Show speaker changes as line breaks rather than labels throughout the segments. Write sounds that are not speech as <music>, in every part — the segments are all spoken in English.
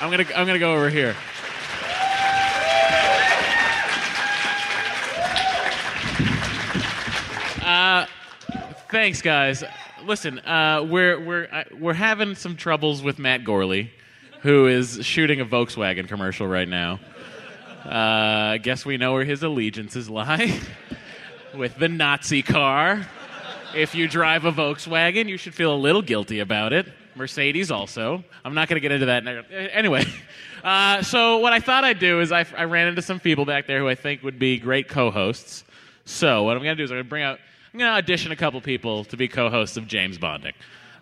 I'm gonna I'm gonna go over here. Uh, thanks, guys. Listen, uh, we're we're I, we're having some troubles with Matt Gorley, who is shooting a Volkswagen commercial right now. Uh, I guess we know where his allegiances lie, <laughs> with the Nazi car. If you drive a Volkswagen, you should feel a little guilty about it. Mercedes also. I'm not going to get into that. now. Anyway, <laughs> uh, so what I thought I'd do is I, I ran into some people back there who I think would be great co-hosts. So what I'm going to do is I'm going to bring out. I'm going to audition a couple people to be co-hosts of James Bonding.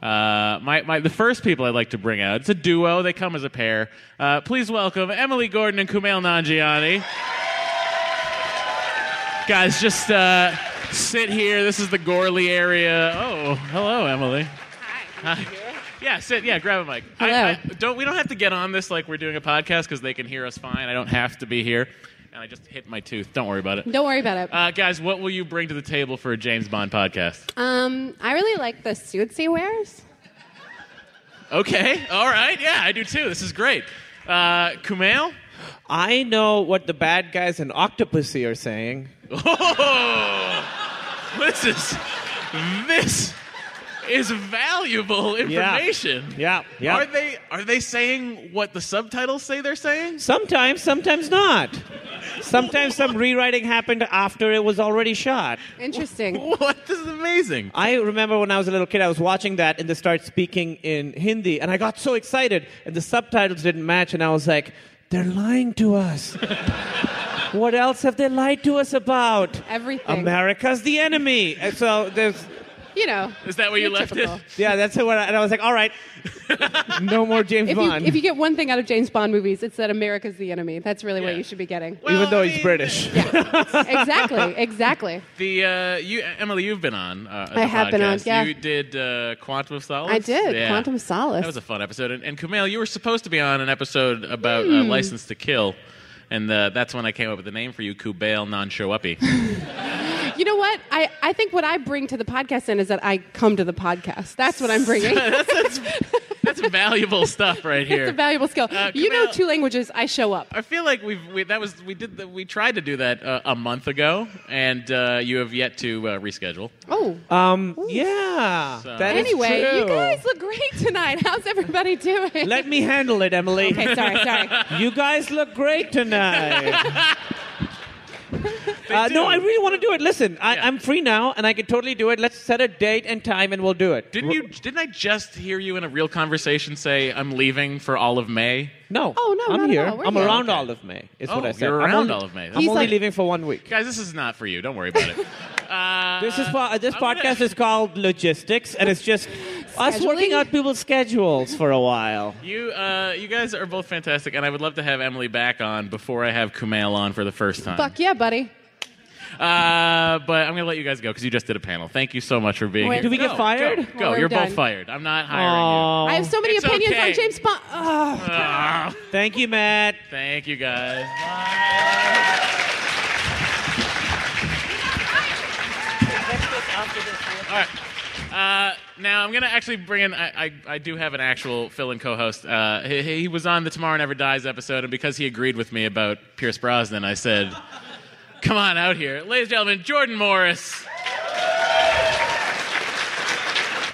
Uh, my, my, the first people I'd like to bring out. It's a duo. They come as a pair. Uh, please welcome Emily Gordon and Kumail Nanjiani. Guys, just uh, sit here. This is the Gorley area. Oh, hello, Emily. Hi. Yeah, sit. Yeah, grab a mic. I-
Hello.
I, don't we don't have to get on this like we're doing a podcast because they can hear us fine. I don't have to be here, and I just hit my tooth. Don't worry about it.
Don't worry about it.
Uh, guys, what will you bring to the table for a James Bond podcast?
Um, I really like the suits he wears.
Okay, all right, yeah, I do too. This is great. Uh, Kumail?
I know what the bad guys in Octopussy are saying.
<laughs> Oh, this is this is valuable information.
Yeah, yeah.
Are they are they saying what the subtitles say they're saying?
Sometimes, sometimes not. Sometimes some rewriting happened after it was already shot.
Interesting.
<laughs> What? This is amazing.
I remember when I was a little kid, I was watching that and they start speaking in Hindi, and I got so excited, and the subtitles didn't match, and I was like, they're lying to
<laughs>
us. what else have they lied to us about?
Everything.
America's the enemy. And so there's,
you know.
Is that where you
you're
left
typical.
it?
yeah, that's what I, and I was like,
<laughs>
all right, no more James
If you,
Bond.
if you get one thing out of James Bond movies, it's that America's the enemy. That's really
Yeah.
what you should be getting.
Well,
Even though
I
he's
mean,
British.
<laughs>
exactly. Exactly.
The uh, you Emily, you've been on. Uh, the
I have been on,
podcast.
yeah.
you did uh, Quantum of Solace.
I did.
Yeah.
Quantum of Solace.
That was a fun episode. And, and Kumail, you were supposed to be on an episode about uh,
Hmm.
License to Kill, and uh, that's when I came up with the name for you, Kumail Non Show Uppy.
you know what? I, I think what I bring to the podcast then is that I come to the podcast. That's what I'm
<laughs>
bringing.
that's, that's, <laughs> that's valuable stuff right here.
It's a valuable skill.
Uh,
you know
Kumail-
two languages, I show up.
I feel like we've we, that was we did the, we tried to do that uh, a month ago, and uh, you have yet to uh, reschedule.
Oh.
Um, yeah.
So-
that is
anyway, you
true.
guys look great tonight. <laughs> How's everybody doing?
Let me handle it, Emily.
okay, sorry, sorry.
<laughs> You guys look
<laughs>
great tonight. Uh, no,
do.
I really want to do it. Listen, I,
Yeah.
I'm free now, and I can totally do it. Let's set a date and time, and we'll do it.
Didn't you? Didn't I just hear you in a real conversation say I'm leaving for all of May?
No.
Oh, no,
I'm
not at
here.
all. We're
I'm
here.
around all of May. Is
Oh,
what I said.
you're
I'm
around
only-
all of May.
I'm
He's
only
like-
leaving for one week.
Guys, this is not for you. Don't worry about it. uh,
<laughs> This is po- this
I'm
podcast
gonna-
is called logistics, and it's just us working
Scheduling?
out people's schedules for a while.
You, uh, you guys are both fantastic, and I would love to have Emily back on before I have Kumail on for the first time.
Fuck yeah, buddy.
Uh, but I'm gonna let you guys go because you just did a panel. Thank you so much for being
Wait,
here.
do
we get
Go,
fired?
Go, go.
We're
you're
done.
both fired. I'm not hiring
Oh,
I have so many
It's
opinions
okay.
on James Bond. Oh.
you. Ah,
thank you, Matt.
thank you guys. All right. Uh, now I'm gonna actually bring in. I, I, I do have an actual fill-in co-host. Uh, he, he was on the Tomorrow Never Dies episode, and because he agreed with me about Pierce Brosnan, I said, "Come on out here, ladies and gentlemen, Jordan Morris."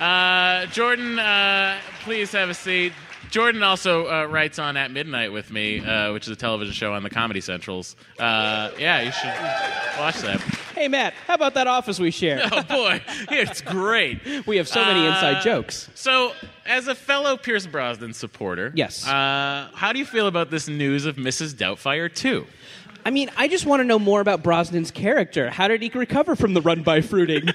Uh, Jordan, uh, please have a seat. Jordan also uh, writes on At Midnight with me, uh, which is a television show on the Comedy Centrals. Uh, yeah, you should watch that.
Hey, Matt, how about that office we share?
Oh boy, <laughs> it's great.
We have so many
Uh,
inside jokes.
So, as a fellow Pierce Brosnan supporter,
Yes.
uh, how do you feel about this news of Mrs. Doubtfire too?
<laughs> I mean, I just want to know more about Brosnan's character. How did he recover from the run by
<laughs>
fruiting?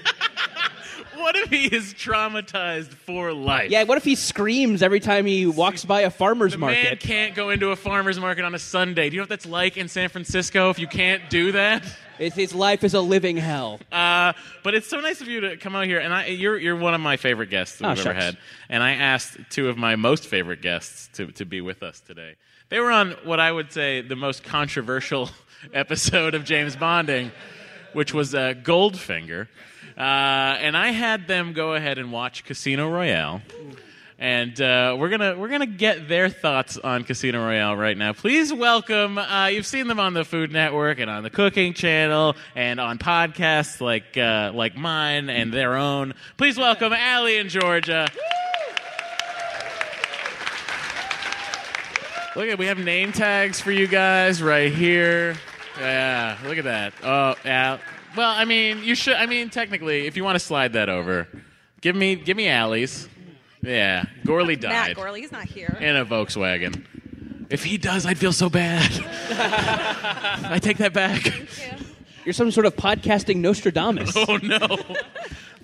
What if he is traumatized for life?
yeah, what if he screams every time he walks by a farmer's
the man
market?
can't go into a farmer's market on a Sunday. Do you know what that's like in San Francisco if you can't do that?
It's, his life is a living hell.
Uh, but it's so nice of you to come out here, and I, you're you're one of my favorite guests that
Oh,
we've ever
shucks.
had. And I asked two of my most favorite guests to to be with us today. They were on what I would say the most controversial <laughs> episode of James Bonding, which was uh, Goldfinger, uh, and I had them go ahead and watch Casino Royale. And uh, we're gonna we're gonna get their thoughts on Casino Royale right now. Please welcome. Uh, you've seen them on the Food Network and on the Cooking Channel and on podcasts like uh, like mine and their own. Please welcome Allie and Georgia. Look at we have name tags for you guys right here. Yeah, look at that. Oh, Al. Well, I mean, you should. I mean, technically, if you want to slide that over, give me give me Allie's. Yeah, Gorley died
Matt Gorley, he's not here.
in a Volkswagen. If he does, I'd feel so
<laughs>
bad. I take that back. <laughs>
You're some sort of podcasting Nostradamus.
Oh no.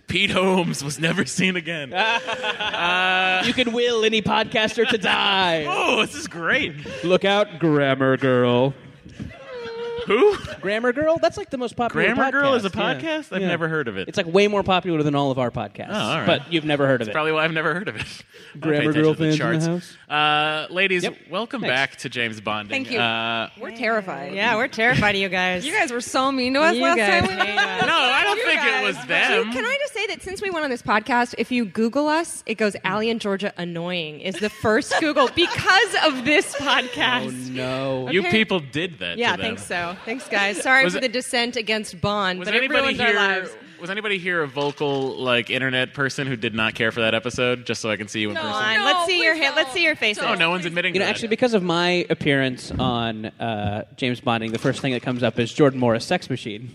Pete Holmes was never
<laughs>
seen again.
you can will any podcaster to die.
<laughs> Oh, this is great.
Look out, Grammar Girl.
Who?
Grammar Girl? That's like the most popular
Grammar Girl is a
podcast, yeah.
podcast? I've
Yeah.
never heard of it.
It's like way more popular than all of our podcasts.
Oh, all right.
But you've never heard of it.
Probably why I've never heard of it.
<laughs>
I don't pay
Grammar
attention
Girl
to the
fans in the
charts. Uh, ladies,
Yep.
welcome
Thanks.
back to James Bonding.
Thank you.
Uh,
We're terrified.
Yeah, we're terrified of you guys.
<laughs> You guys were so mean to us
You
last
guys
time. We
hate us.
no, I don't
You
think
guys.
it was
Do
them.
you- Can I just say that since we went on this podcast, if you Google us, it goes Allie and Georgia annoying is the first Google because of this podcast.
Oh, no.
You
Okay.
people did that.
Yeah,
to them.
thanks so. Thanks, guys. Sorry
Was
for
it-
the dissent against Bond,
Was
but it
anybody
ruined our
here?
lives.
Was anybody here a vocal like internet person who did not care for that episode? Just so I can see you in
No,
person.
Come on,
No,
let's see your
please
head. Let's see your faces.
oh, no one's admitting.
You know,
to that.
actually, because of my appearance on uh, James Bonding, the first thing that comes up is Jordan Morris Sex Machine.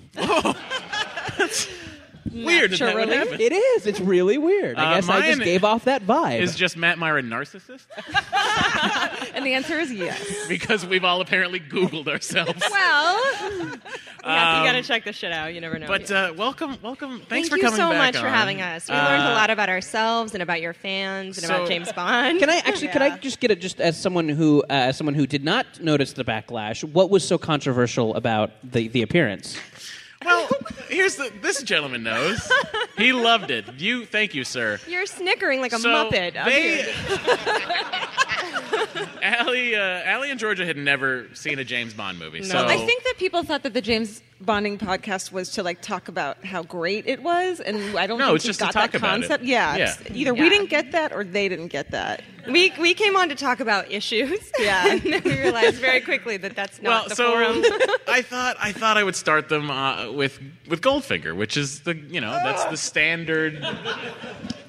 weird. That that would happen.
It is. It's really weird. I
Uh,
guess I just
mine
gave off that vibe.
Is just Matt Myra narcissist? <laughs>
And the answer is yes.
because we've all apparently Googled ourselves.
<laughs>
Um,
well, <laughs>
Yeah, you gotta check this shit out. You never know.
But uh, welcome, welcome. Thanks
thank
for
you
coming
so
back
much for
on.
having us. We
Uh,
learned a lot about ourselves and about your fans and
so-
about James Bond.
can I actually? Could I
Yeah.
just get it? Just as someone who, uh, as someone who did not notice the backlash, what was so controversial about the the appearance?
Well, here's the. This gentleman knows. He loved it. You, thank you, sir.
You're snickering like a
so
muppet. up
They,
here.
Allie, uh, Allie and Georgia had never seen a James Bond movie. So
I think that people thought that the James Bonding podcast was to like talk about how great it was, and I don't
No,
think
it's
we
just to
got
talk
that
about it.
concept. Yeah,
Yeah.
it's- either we
Yeah.
didn't get that or they didn't get that.
we we came on to talk
<laughs>
about issues.
Yeah.
<laughs> and then we realized very quickly that that's not the
so
forum.
I thought I thought I would start them uh, with with Goldfinger, which is the you know that's the standard.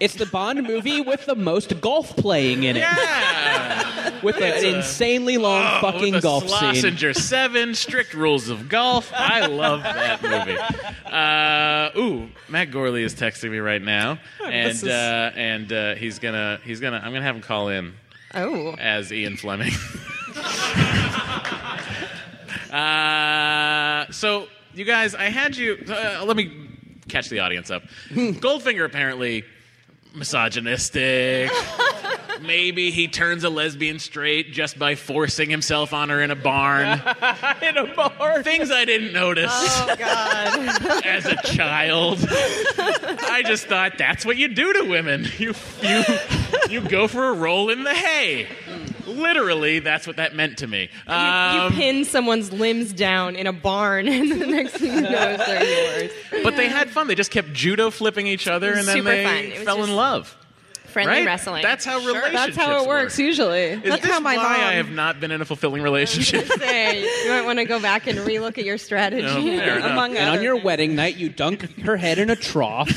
It's the Bond movie with the most golf playing in it,
Yeah, Oh,
with an insanely long fucking
with a
golf scene.
Schlesinger Seven, strict rules of golf. I love that movie. Uh, ooh, Matt Gorley is texting me right now, and
Oh, this is-
uh, and uh, he's gonna he's gonna I'm gonna have him call in
oh,
as Ian
<laughs>
Fleming. uh, so, you guys, I had you. Uh, let me catch the audience
<laughs>
up. Goldfinger apparently
<laughs>
misogynistic. Maybe he turns a lesbian straight just by forcing himself on her in a barn.
<laughs> In a Oh. bar.
Things I didn't notice as a <laughs> child.
<laughs>
I just thought that's what you do to women. You you you go for a roll in the hay. Literally, that's what that meant to me.
You
Um,
pin someone's limbs down in a barn, <laughs> and the next thing you know,
<laughs>
they're yours.
but they had fun. They just kept judo flipping each other, and then
Super
they
fun. It was
fell in
just
love.
Friendly
right?
wrestling.
That's how relationships
That's how it works
Work.
usually.
Is
That's
this
<laughs>
how my
why I
mom-
have not been in a fulfilling relationship?
Say, you might want to go back and relook at your strategy.
No, Oh,
<laughs>
fair enough.
among
And on
other
your
things.
wedding night, you dunk her head in a
<laughs>
trough.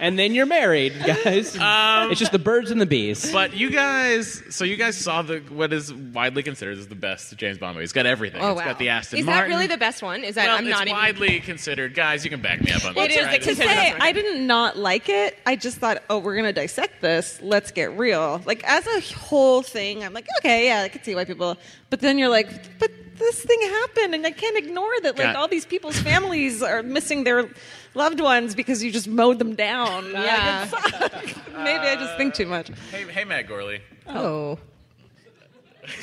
and then you're <laughs> married, guys. it's just the birds and the bees.
Um, But you guys, so you guys saw the what is widely considered as the best James Bond movie. It's got everything.
Oh,
It's
wow.
got the Aston
Is
Martin.
that really the best one? Is that
Well,
I'm
it's
not even
widely considered. Guys, you can back me up on
It
this.
is
right?
the
to say I didn't not like it. I just thought, oh, we're gonna dissect this. Let's get real. Like as a whole thing, I'm like, okay, yeah, I can see why people. But then you're like, but this thing happened, and I can't ignore that. Like
Yeah.
all these people's families are missing their loved ones because you just mowed them
<laughs>
down. <laughs> Like,
Yeah.
it sucks. Maybe I just think too much.
Hey, hey, Matt Gorley.
Oh.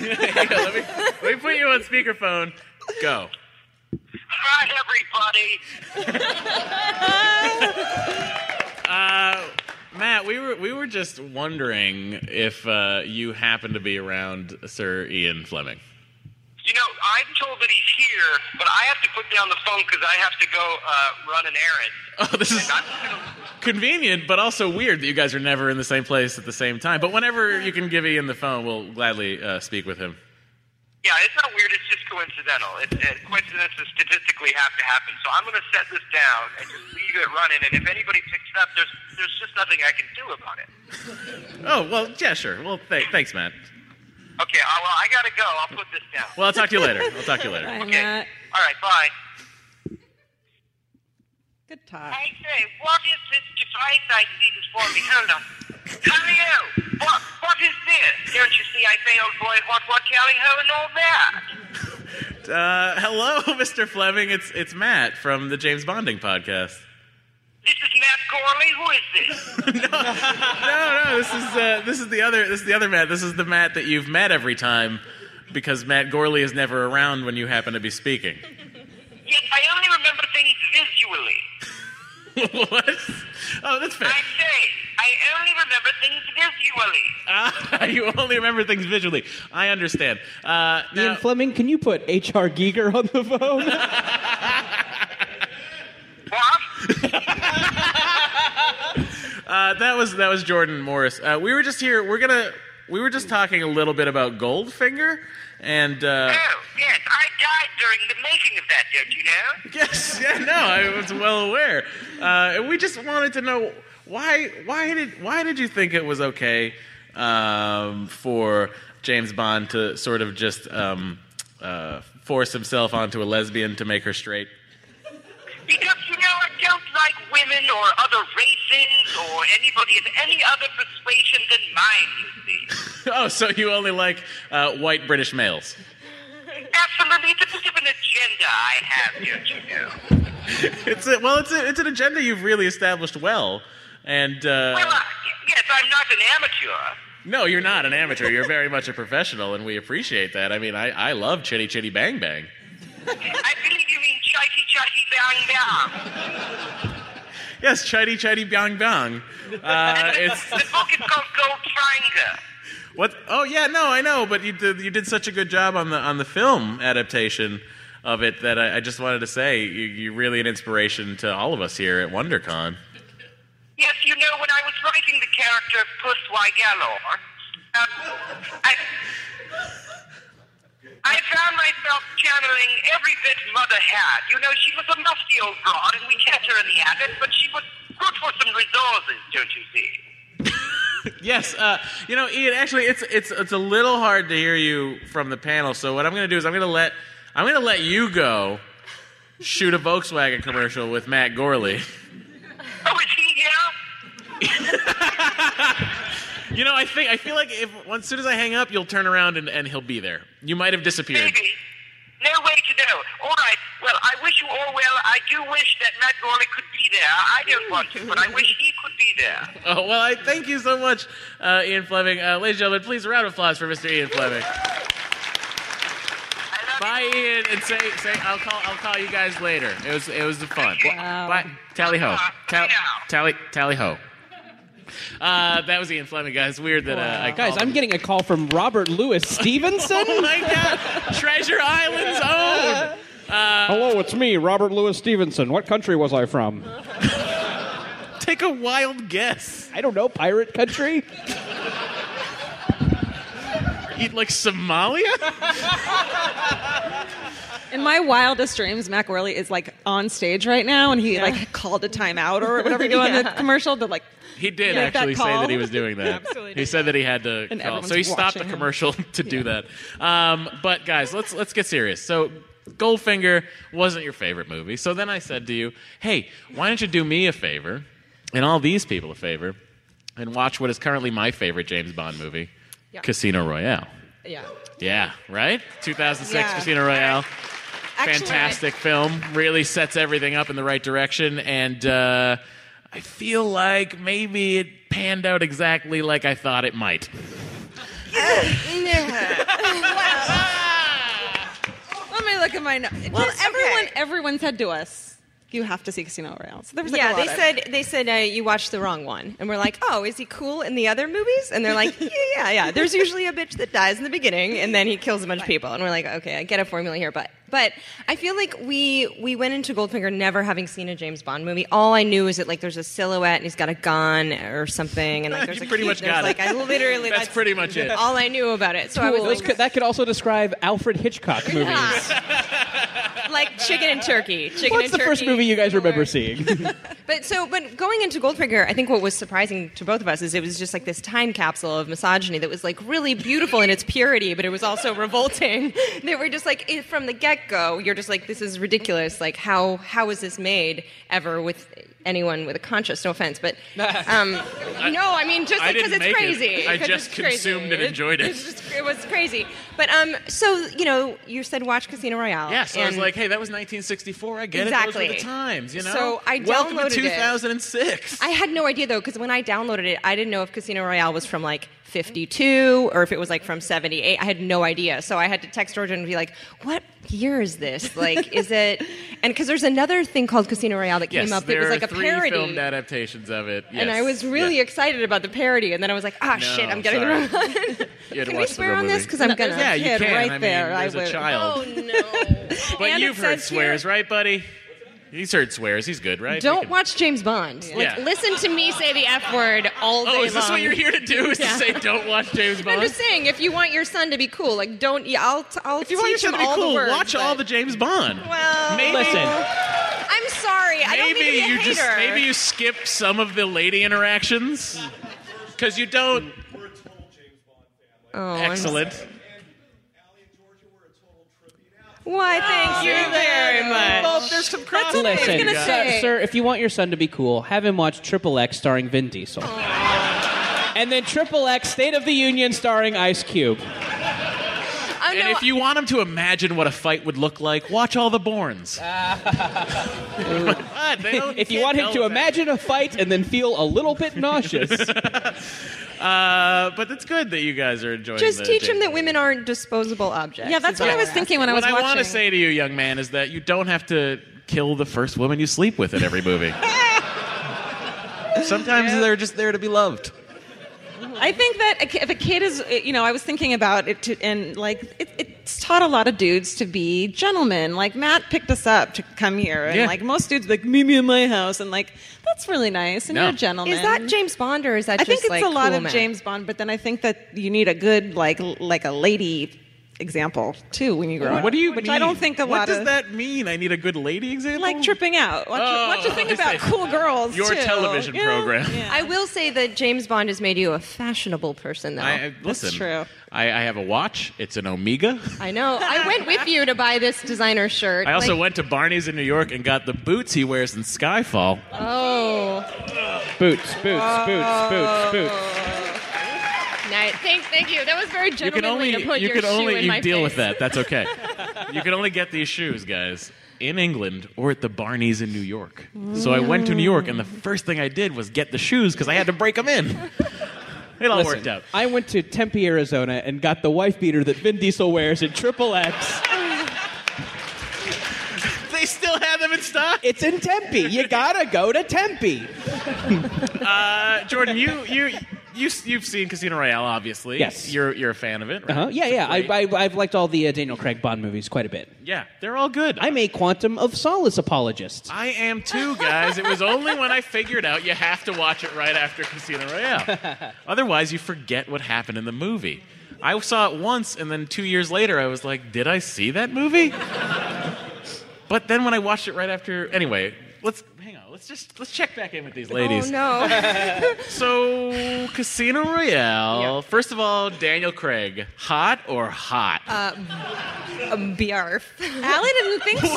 Yeah, <laughs> let, me, let me put you on speakerphone. Go.
Hi, everybody.
Uh, Matt, we were we were just wondering if uh, you happen to be around Sir Ian Fleming.
You know, I'm told that he's here, but I have to put down the phone because I have to go uh, run an errand.
Oh, this is
I'm just gonna-
convenient, but also weird that you guys are never in the same place at the same time. But whenever you can give Ian the phone, we'll gladly uh, speak with him.
Yeah, it's not weird. It's just coincidental. It, it, coincidences statistically have to happen. So I'm going to set this down and just leave it running. And if anybody picks it up, there's there's just nothing I can do about it.
Oh, well, yeah, sure. Well, th- thanks, Matt.
Okay, I, well, I got to go. I'll put this down.
Well, I'll talk to you later. I'll talk to you later.
Bye,
okay.
Matt.
All right, bye.
Good talk.
I say, what is this device I see before me? Hold on. Hurry up! What? What is this? Don't you see I say, old boy, what, what, tally ho, and all that?
Uh, hello, <laughs> Mr. Fleming. It's it's Matt from the James Bonding podcast.
This is Matt Corley. Who is
<laughs>
this?
No, no, this is uh, this is the other this is the other Matt. This is the Matt that you've met every time because Matt Gorley is never around when you happen to be speaking. <laughs>
Yes, I only remember things visually.
what? Oh, that's <laughs> fair.
I say, I only remember things visually.
Ah, <laughs> you only remember things visually. I understand. Uh, now-
Ian Fleming, can you put H.R. Giger on the phone?
What?
Uh, that was that was Jordan Morris. Uh, we were just here. We're gonna. We were just talking a little bit about Goldfinger, and uh,
Oh, yes, I died during the making of that, don't you know?
yes, yeah, no, I was well aware. Uh, and we just wanted to know why why did why did you think it was okay um, for James Bond to sort of just um, uh, force himself onto a lesbian to make her straight? <laughs>
Because, you know, I don't like women or other races or anybody of any other persuasion than mine, you see.
oh, so you only like uh, white British males?
Absolutely, it's a bit of an agenda I have, don't you know?
<laughs> It's a, well, it's a, it's an agenda you've really established well, and. Uh,
Well, I, yes, I'm not an amateur.
No, you're not an amateur. You're very much a professional, and we appreciate that. I mean, I, I love Chitty Chitty Bang Bang.
I believe you mean chitty chitty bang bang.
Yes, Chitty Chitty Bang Bang. Uh, it's
The book is called Gold Triangle.
what? Oh yeah, no, I know, but you did you did such a good job on the on the film adaptation of it that I, I just wanted to say you, you're really an inspiration to all of us here at WonderCon.
Yes, you know, when I was writing the character of Puss Wygalor, um, I, I found myself channeling every bit Mother had. You know, she was a musty old broad, and we kept her in the attic, but she was good for some resources, don't you see?
<laughs> Yes, uh, you know, Ian. Actually, it's it's it's a little hard to hear you from the panel. So what I'm going to do is I'm going to let I'm going to let you go shoot a Volkswagen commercial with Matt Gorley.
<laughs> Oh, is he here?
<laughs> You know, I think I feel like if as soon as I hang up, you'll turn around and, and he'll be there. You might have disappeared.
Maybe. No way to know. All right. Well, I wish you all well. I do wish that Matt Gorley could be there. I don't want to, but I wish he could be there.
Oh, well, I thank you so much, uh, Ian Fleming. Uh, ladies and gentlemen, please a round of applause for Mr. Ian Fleming.
I love
Bye, Ian, and say say I'll call I'll call you guys later. It was it was fun. Bye. Tally ho. Tal- tally tally ho.
you.
Uh, that was Ian Fleming, guys. Weird that uh, I
Guys,
called
I'm getting a call from Robert Louis <laughs> Stevenson.
Oh my God! Treasure Island's own. Uh,
Oh.
Hello, it's me, Robert Louis Stevenson. What country was I from?
Take a wild guess.
I don't know. Pirate country?
Eat like Somalia?
<laughs> In my wildest dreams, Mac Worley is like on stage right now, and he like called a timeout or whatever you
<laughs>
do on the
Yeah.
commercial. But like,
He did
Make that
actually say
call.
that he was doing
He
that.
<laughs> absolutely
he said that he had to
And
call. So he
everyone's
stopped the
watching him.
commercial <laughs> to do that. Um, but guys, let's let's get serious. So Goldfinger wasn't your favorite movie. So then I said to you, "Hey, why don't you do me a favor and all these people a favor and watch what is currently my favorite James Bond movie,
Yeah.
Casino Royale."
Yeah.
Yeah, right? 2006
Yeah.
Casino Royale.
Actually,
Fantastic film. Really sets everything up in the right direction. And uh, I feel like maybe it panned out exactly like I thought it might.
<laughs> let me look at my notes. Well, everyone, everyone said to us, "You have to see Casino Royale." So there was like
yeah,
a lot
they
of-
said they said uh, you watched the wrong one, and we're like, oh, is he cool in the other movies? And they're like, yeah, yeah, yeah. There's usually a bitch that dies in the beginning, and then he kills a bunch of people, and we're like, okay, I get a formula here, but but I feel like we we went into Goldfinger never having seen a James Bond movie. All I knew is that like there's a silhouette and he's got a gun or something, and like there's
you
a
pretty
key-
much
there's,
got
like,
it.
I literally
that's, pretty much it.
<laughs> all I knew about it. So I was
Those
like, "Ah."
could- that could also describe Alfred Hitchcock movies.
like chicken and turkey, chicken
What's
and
the
turkey.
first movie you guys remember <laughs> seeing?
But so, but going into Goldfinger, I think what was surprising to both of us is it was just like this time capsule of misogyny that was like really beautiful in its purity, but it was also <laughs> revolting. They were just like it- from the get go, you're just like, this is ridiculous. Like how how is this made ever with anyone with a conscience? No
<laughs>
offense, but um, no, I mean just
I
because
didn't
it's
make it.
crazy.
I
'Cause
just
it's crazy.
consumed and enjoyed it.
It's just- it was crazy. But um, so you know, you said watch Casino Royale.
Yeah, so I was
and-
like, hey, that was 1964. I get
exactly.
it. Those were the times, you know?
So I
Welcome
downloaded
to
it.
2006.
I had no idea though, because when I downloaded it, I didn't know if Casino Royale was from like 52 or if it was like from 78. I had no idea. So I had to text Georgia and be like, what year is this?
<laughs>
Like, is it. And because there's another thing called Casino Royale that
Yes,
came up that
there
was like
are
a
three
parody.
filmed adaptations of it.
And I
Yes.
was really excited about the parody. And then I was like, ah,
No,
shit, I'm getting
sorry.
the <laughs> wrong one.
You had to
Can
<laughs>
we
watch the
swear
real
on this?
movie.
'Cause I'm No, gonna-
Yeah, you
kid
can.
right
I mean,
there, I
there's a
would-
child.
Oh, no.
But
And it
you've heard
says
swears, right, buddy? He's heard swears. He's good, right?
Don't watch James Bond. Like,
Yeah.
listen to me say the F word all day
Oh, is this
long.
what you're here to do? Is
Yeah.
to say don't watch James Bond?
I'm just saying, if you want your son to be cool, like don't. Yeah, I'll. T- I'll
If you want your
teach
son to
him
be
all the
cool,
words,
watch
but-
all the James Bond.
Well,
Maybe- Listen.
I'm sorry. I don't mean to
maybe
be a
you
hater.
just maybe you skip some of the lady interactions because you don't.
Oh, I'm-
Excellent.
Why? Thank you very much.
Well, there's some
That's what I was
Listen,
gonna
sir,
say.
sir, if you want your son to be cool, have him watch Triple X starring Vin Diesel. And then Triple X State of the Union starring Ice <laughs> Cube.
Oh,
and if you want him to imagine what a fight would look like, watch all the Bournes.
<laughs> if Ah, you want him to imagine a fight and then feel a little
<laughs>
bit nauseous.
Uh, but it's good that you guys are enjoying.
Just
the
teach
James
him that women aren't disposable objects.
Yeah, that's
is
what I
I'm
was
asking.
thinking when I
what
was
I want
watching.
to say to you, young man, is that you don't have to kill the first woman you sleep with in every
<laughs>
movie. Sometimes they're just there to be loved.
I think that a ki- if a kid is, you know, I was thinking about it, to, and like it, it's taught a lot of dudes to be gentlemen. Like Matt picked us up to come here, and
Yeah.
like most dudes, like meet me in my house, and like that's really nice, and
No.
you're a gentleman.
Is that James Bond or is that
I think
just,
it's
like,
a lot
cool
of
Matt?
James Bond, but then I think that you need a good like l- like a lady example too when you grow up.
What do you
Which
mean?
I don't think a
what
lot
does
of
that mean? I need a good lady example? Oh,
like tripping out. What, you- what you think
I
about
see.
cool girls?
Your
too.
television
Yeah.
program.
I will say that James Bond has made you a fashionable person, though.
I, I, <laughs> listen,
That's true.
I, I have a watch. It's an Omega.
I know. I went with you to buy this designer shirt.
I also
Like-
went to Barney's in New York and got the boots he wears in Skyfall.
Oh.
Boots, boots, boots, boots, boots.
Oh.
Nice. Thank, thank you. That was very
You can
gentlemanly
only
to put
you
your
can
shoe
only
in
you
my
deal
face.
with that. That's <laughs> okay. you can only get these shoes, guys, in England or at the Barney's in New York. So I went to New York, and the first thing I did was get the shoes because I had to break them in. It all
Listen,
worked out.
I went to Tempe, Arizona, and got the wife beater that Vin Diesel wears in Triple X.
<laughs> They still have them in Woodstock?
It's in Tempe. You gotta go to Tempe.
<laughs>
Oh,
Uh, Jordan, you you you you've seen Casino Royale, obviously.
Yes.
You're you're a fan of it, right?
Uh-huh. Yeah, yeah. I,
Great.
I, I've liked all the uh, Daniel Craig Bond movies quite a bit.
yeah. They're all good.
I'm a Quantum of Solace apologist.
I am too, guys. It was only when I figured out you have to watch it right after Casino Royale. Otherwise, you forget what happened in the movie. I saw it once, and then two years later, I was like, did I see that movie? but then when I watched it right after. Anyway, let's. Hang on. Let's just let's check back in with these ladies. <laughs>
<laughs>
Oh, no.
so, Casino Royale. First of all, Daniel Craig, hot or hot?
Uh, um, barf. <laughs> Allie didn't think so.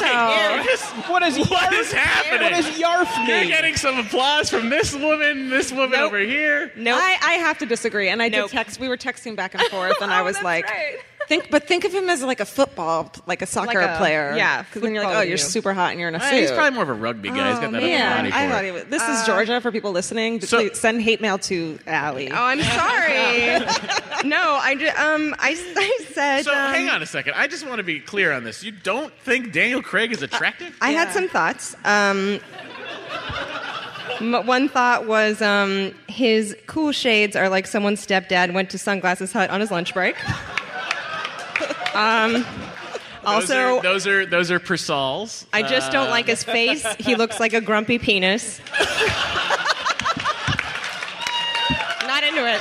what is what is happening?
What does yarf
You're
mean?
getting some applause from this woman, this woman over here.
No, I, I have to disagree. And I
Nope.
did text. We were texting back and forth, <laughs> and I was like, think, but think of him as like a football, like a soccer
Like a-
player.
yeah,
because then you're like,
football
oh, you're
you.
super hot, and you're in a
Eh,
suit.
he's probably more of a rugby guy. he's got that
Oh, Man, Uh,
other body for
I thought
it.
he was. This is Georgia for people listening. Please send hate mail to Allie.
Oh,
<laughs>
<laughs>
I'm sorry. no, I ju- um I, s- I said.
So
um,
hang on a second. I just want to be clear on this. You don't think Daniel Craig
Uh,
is attractive?
I had some thoughts. Um, m- one thought was um, his cool shades are like someone's stepdad went to Sunglasses Hut on his lunch break. <laughs> Um,
Those
<laughs> also,
are, those are those are Uh, Persals.
I just don't like his
<laughs>
face. He looks like a grumpy penis. Not into it.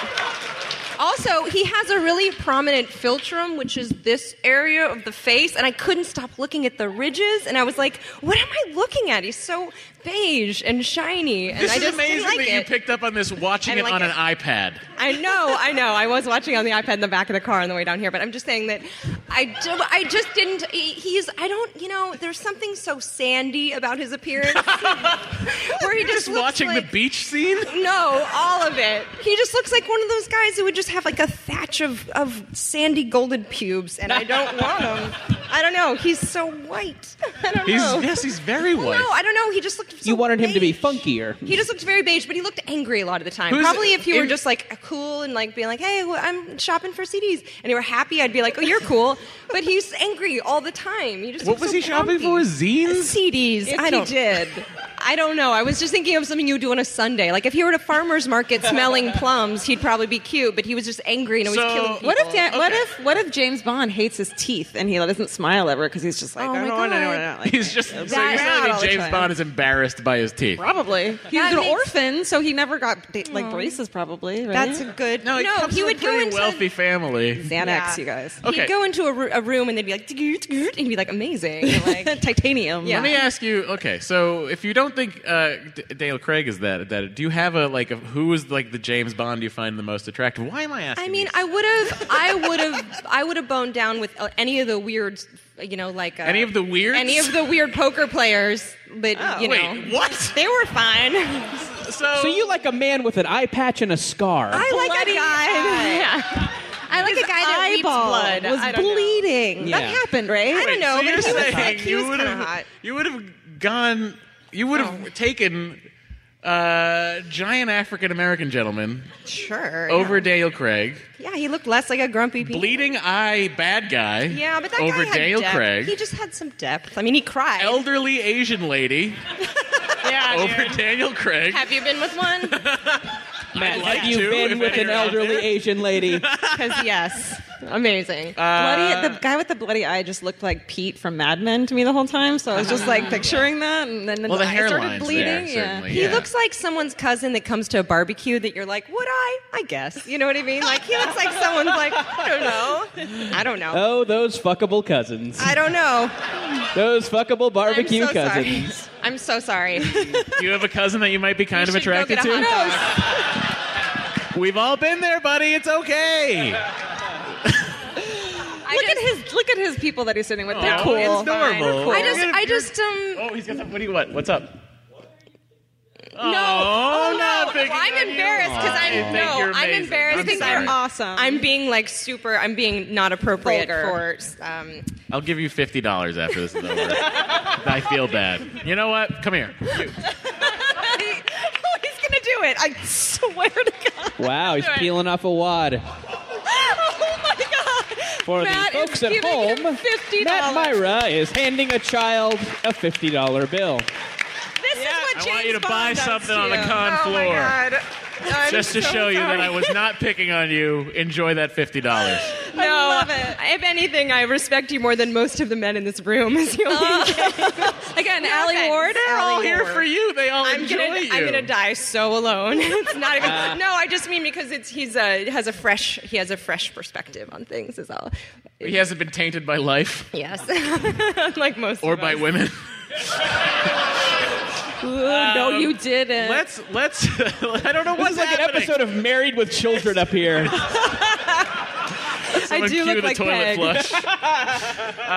Also, he has a really prominent philtrum, which is this area of the face, and I couldn't stop looking at the ridges, and I was like, "What am I looking at?" He's so beige and shiny, and
This
I
is
just
amazing
didn't like
that
it.
you picked up on this watching
I
it on
didn't like
an iPad.
I know, I know. I was watching on the iPad in the back of the car on the way down here, but I'm just saying that I do, I just didn't. he- He's I don't. You know, there's something so sandy about his appearance, <laughs> where he
Just
just, looks
watching
like,
the beach
<laughs>
scene.
<laughs>
No, all of it. He just looks like one of those guys who would just have like a thatch of, of sandy golden pubes, and
<laughs>
I don't want him. I don't know. He's so white. I don't
He's-
know.
yes, he's very
Well,
white.
No, I don't know. He just looked.
you wanted him to be funkier.
He just looked very beige, but he looked angry a lot of the time.
Who's-
Probably if you were
in-
just like cool and like being like, "Hey, well, I'm shopping for CDs," and you were happy, I'd be like, "Oh, you're cool." But he's angry all the time. He just
What
looks
was
so
he shopping
grumpy.
for? Zines?
CDs.
If
I
he
don't.
did.
I don't know. I was just thinking of something you would do on a Sunday. Like if he were at a farmer's
<laughs>
market smelling plums, he'd probably be cute. But he was just angry and always
So-
killing people.
What if Dan- what if what if James Bond hates his teeth and he doesn't smile ever because he's just like, I don't want to.
He's just so you're
Oh That-
telling me
all the
James
time.
Bond is embarrassed by his teeth.
Probably. He was
That
an
makes-
orphan, so he never got ba- like
Aw.
braces. Probably. Right?
That's a good. No,
comes
he
from a
would go
pretty
into
Wealthy family.
Xanax, you guys.
He'd go into a, ru- a room and they'd be like, "Tgurt, tgurt," and he'd be
<laughs>
like, amazing. And Like, titanium.
um, Let me ask you. Okay, so if you don't think uh, D- Daniel Craig is that, that, do you have a like? A, who is like the James Bond you find the most attractive? Why am I asking?
I mean, I would have, I would have, I would have boned down with uh, any of the weird, you know, like uh,
Any of the weirds? Oh,
any of the weird poker players. But you know,
Wait, what?
They were fine.
So,
So you like a man with an eye patch and a scar.
I like a guy. Yeah. I like a guy that weeps
eyeball
blood.
was
I don't know.
bleeding.
Yeah.
That happened, right?
Wait, So you're
but he was
saying
hot. He
you
was
would <laughs>
kinda
have
hot.
you would have gone, you would
Oh.
have taken uh, giant African American gentleman
Sure.
over Daniel Craig,
Yeah. Yeah, he looked less like a grumpy. Pe-
bleeding eye bad guy.
yeah, but that
over
guy had
Daniel
depth.
Craig.
He just had some depth. I mean, he cried.
elderly Asian lady
<laughs> yeah.
<laughs> over Daniel Craig.
Have you been with one?
Matt,
Have you been with an elderly Asian
<laughs>
lady?
Because yes, amazing.
bloody,
Uh,
the guy with the bloody eye just looked like Pete from Mad Men to me the whole time. So I was just
Uh-huh.
like picturing that, and then
Well, the
eye started
hairline's
bleeding.
there,
yeah.
He looks like someone's cousin that comes to a barbecue that you're like, would I? I guess. You know what I mean? Like he looks like someone's like, I don't know. I don't know.
Oh, those fuckable cousins.
I don't know.
Those fuckable barbecue
I'm so
cousins.
<laughs>
Sorry. I'm so <laughs> sorry.
Do you have a cousin that you might be kind of
should go
attracted
get a
to? We've all been there, buddy. It's okay.
look at his look at his people that he's sitting with. They're
Oh,
cool.
It's normal.
I just, I just, um.
Oh,
<laughs>
he's got something. What do you want? What's up?
No, oh,
I'm not
no.
picking
I'm
on you.
embarrassed because
I
I'm
think
no.
you're
I'm
amazing.
embarrassed.
I'm
because
sorry.
I'm awesome. I'm being like super. I'm being not appropriate
Vulgar.
for. Um,
I'll give you fifty dollars after this is over. I feel bad. You know what? Come here.
oh, he's gonna do it. I swear to God.
Wow, he's
Do it.
peeling off a wad.
oh my God.
For
Matt
the
is
folks at
giving
home,
him $50.
Matt Myra is handing a child a $50 bill.
This is what
I want you to
James
buy
Bond does
something
to
on the
you.
con
Oh my
floor.
God. I'm
Just to
so
show you that
sorry.
I was not picking on you. Enjoy that fifty dollars.
No,
if anything, I respect you more than most of the men in this room. Is the
Oh. <laughs>
only thing. Again, Allie Ward.
They're all
Allie
here
Ward.
for you. They all
I'm gonna,
enjoy
I'm
you.
gonna die so alone. <laughs> it's not even.
Uh.
Ah.
no, I just mean because it's he's a has a fresh he has a fresh perspective on things is all.
He hasn't been tainted by life
<laughs>
Yes, like most.
or
of
by
us.
women.
no,
Um,
you didn't.
Let's let's. <laughs> I don't know
This
what's
is like an episode of Married with Children
<laughs>
up here.
Someone
do
cue
look
the
like
toilet
Peg. <laughs>
flush. <laughs> Uh,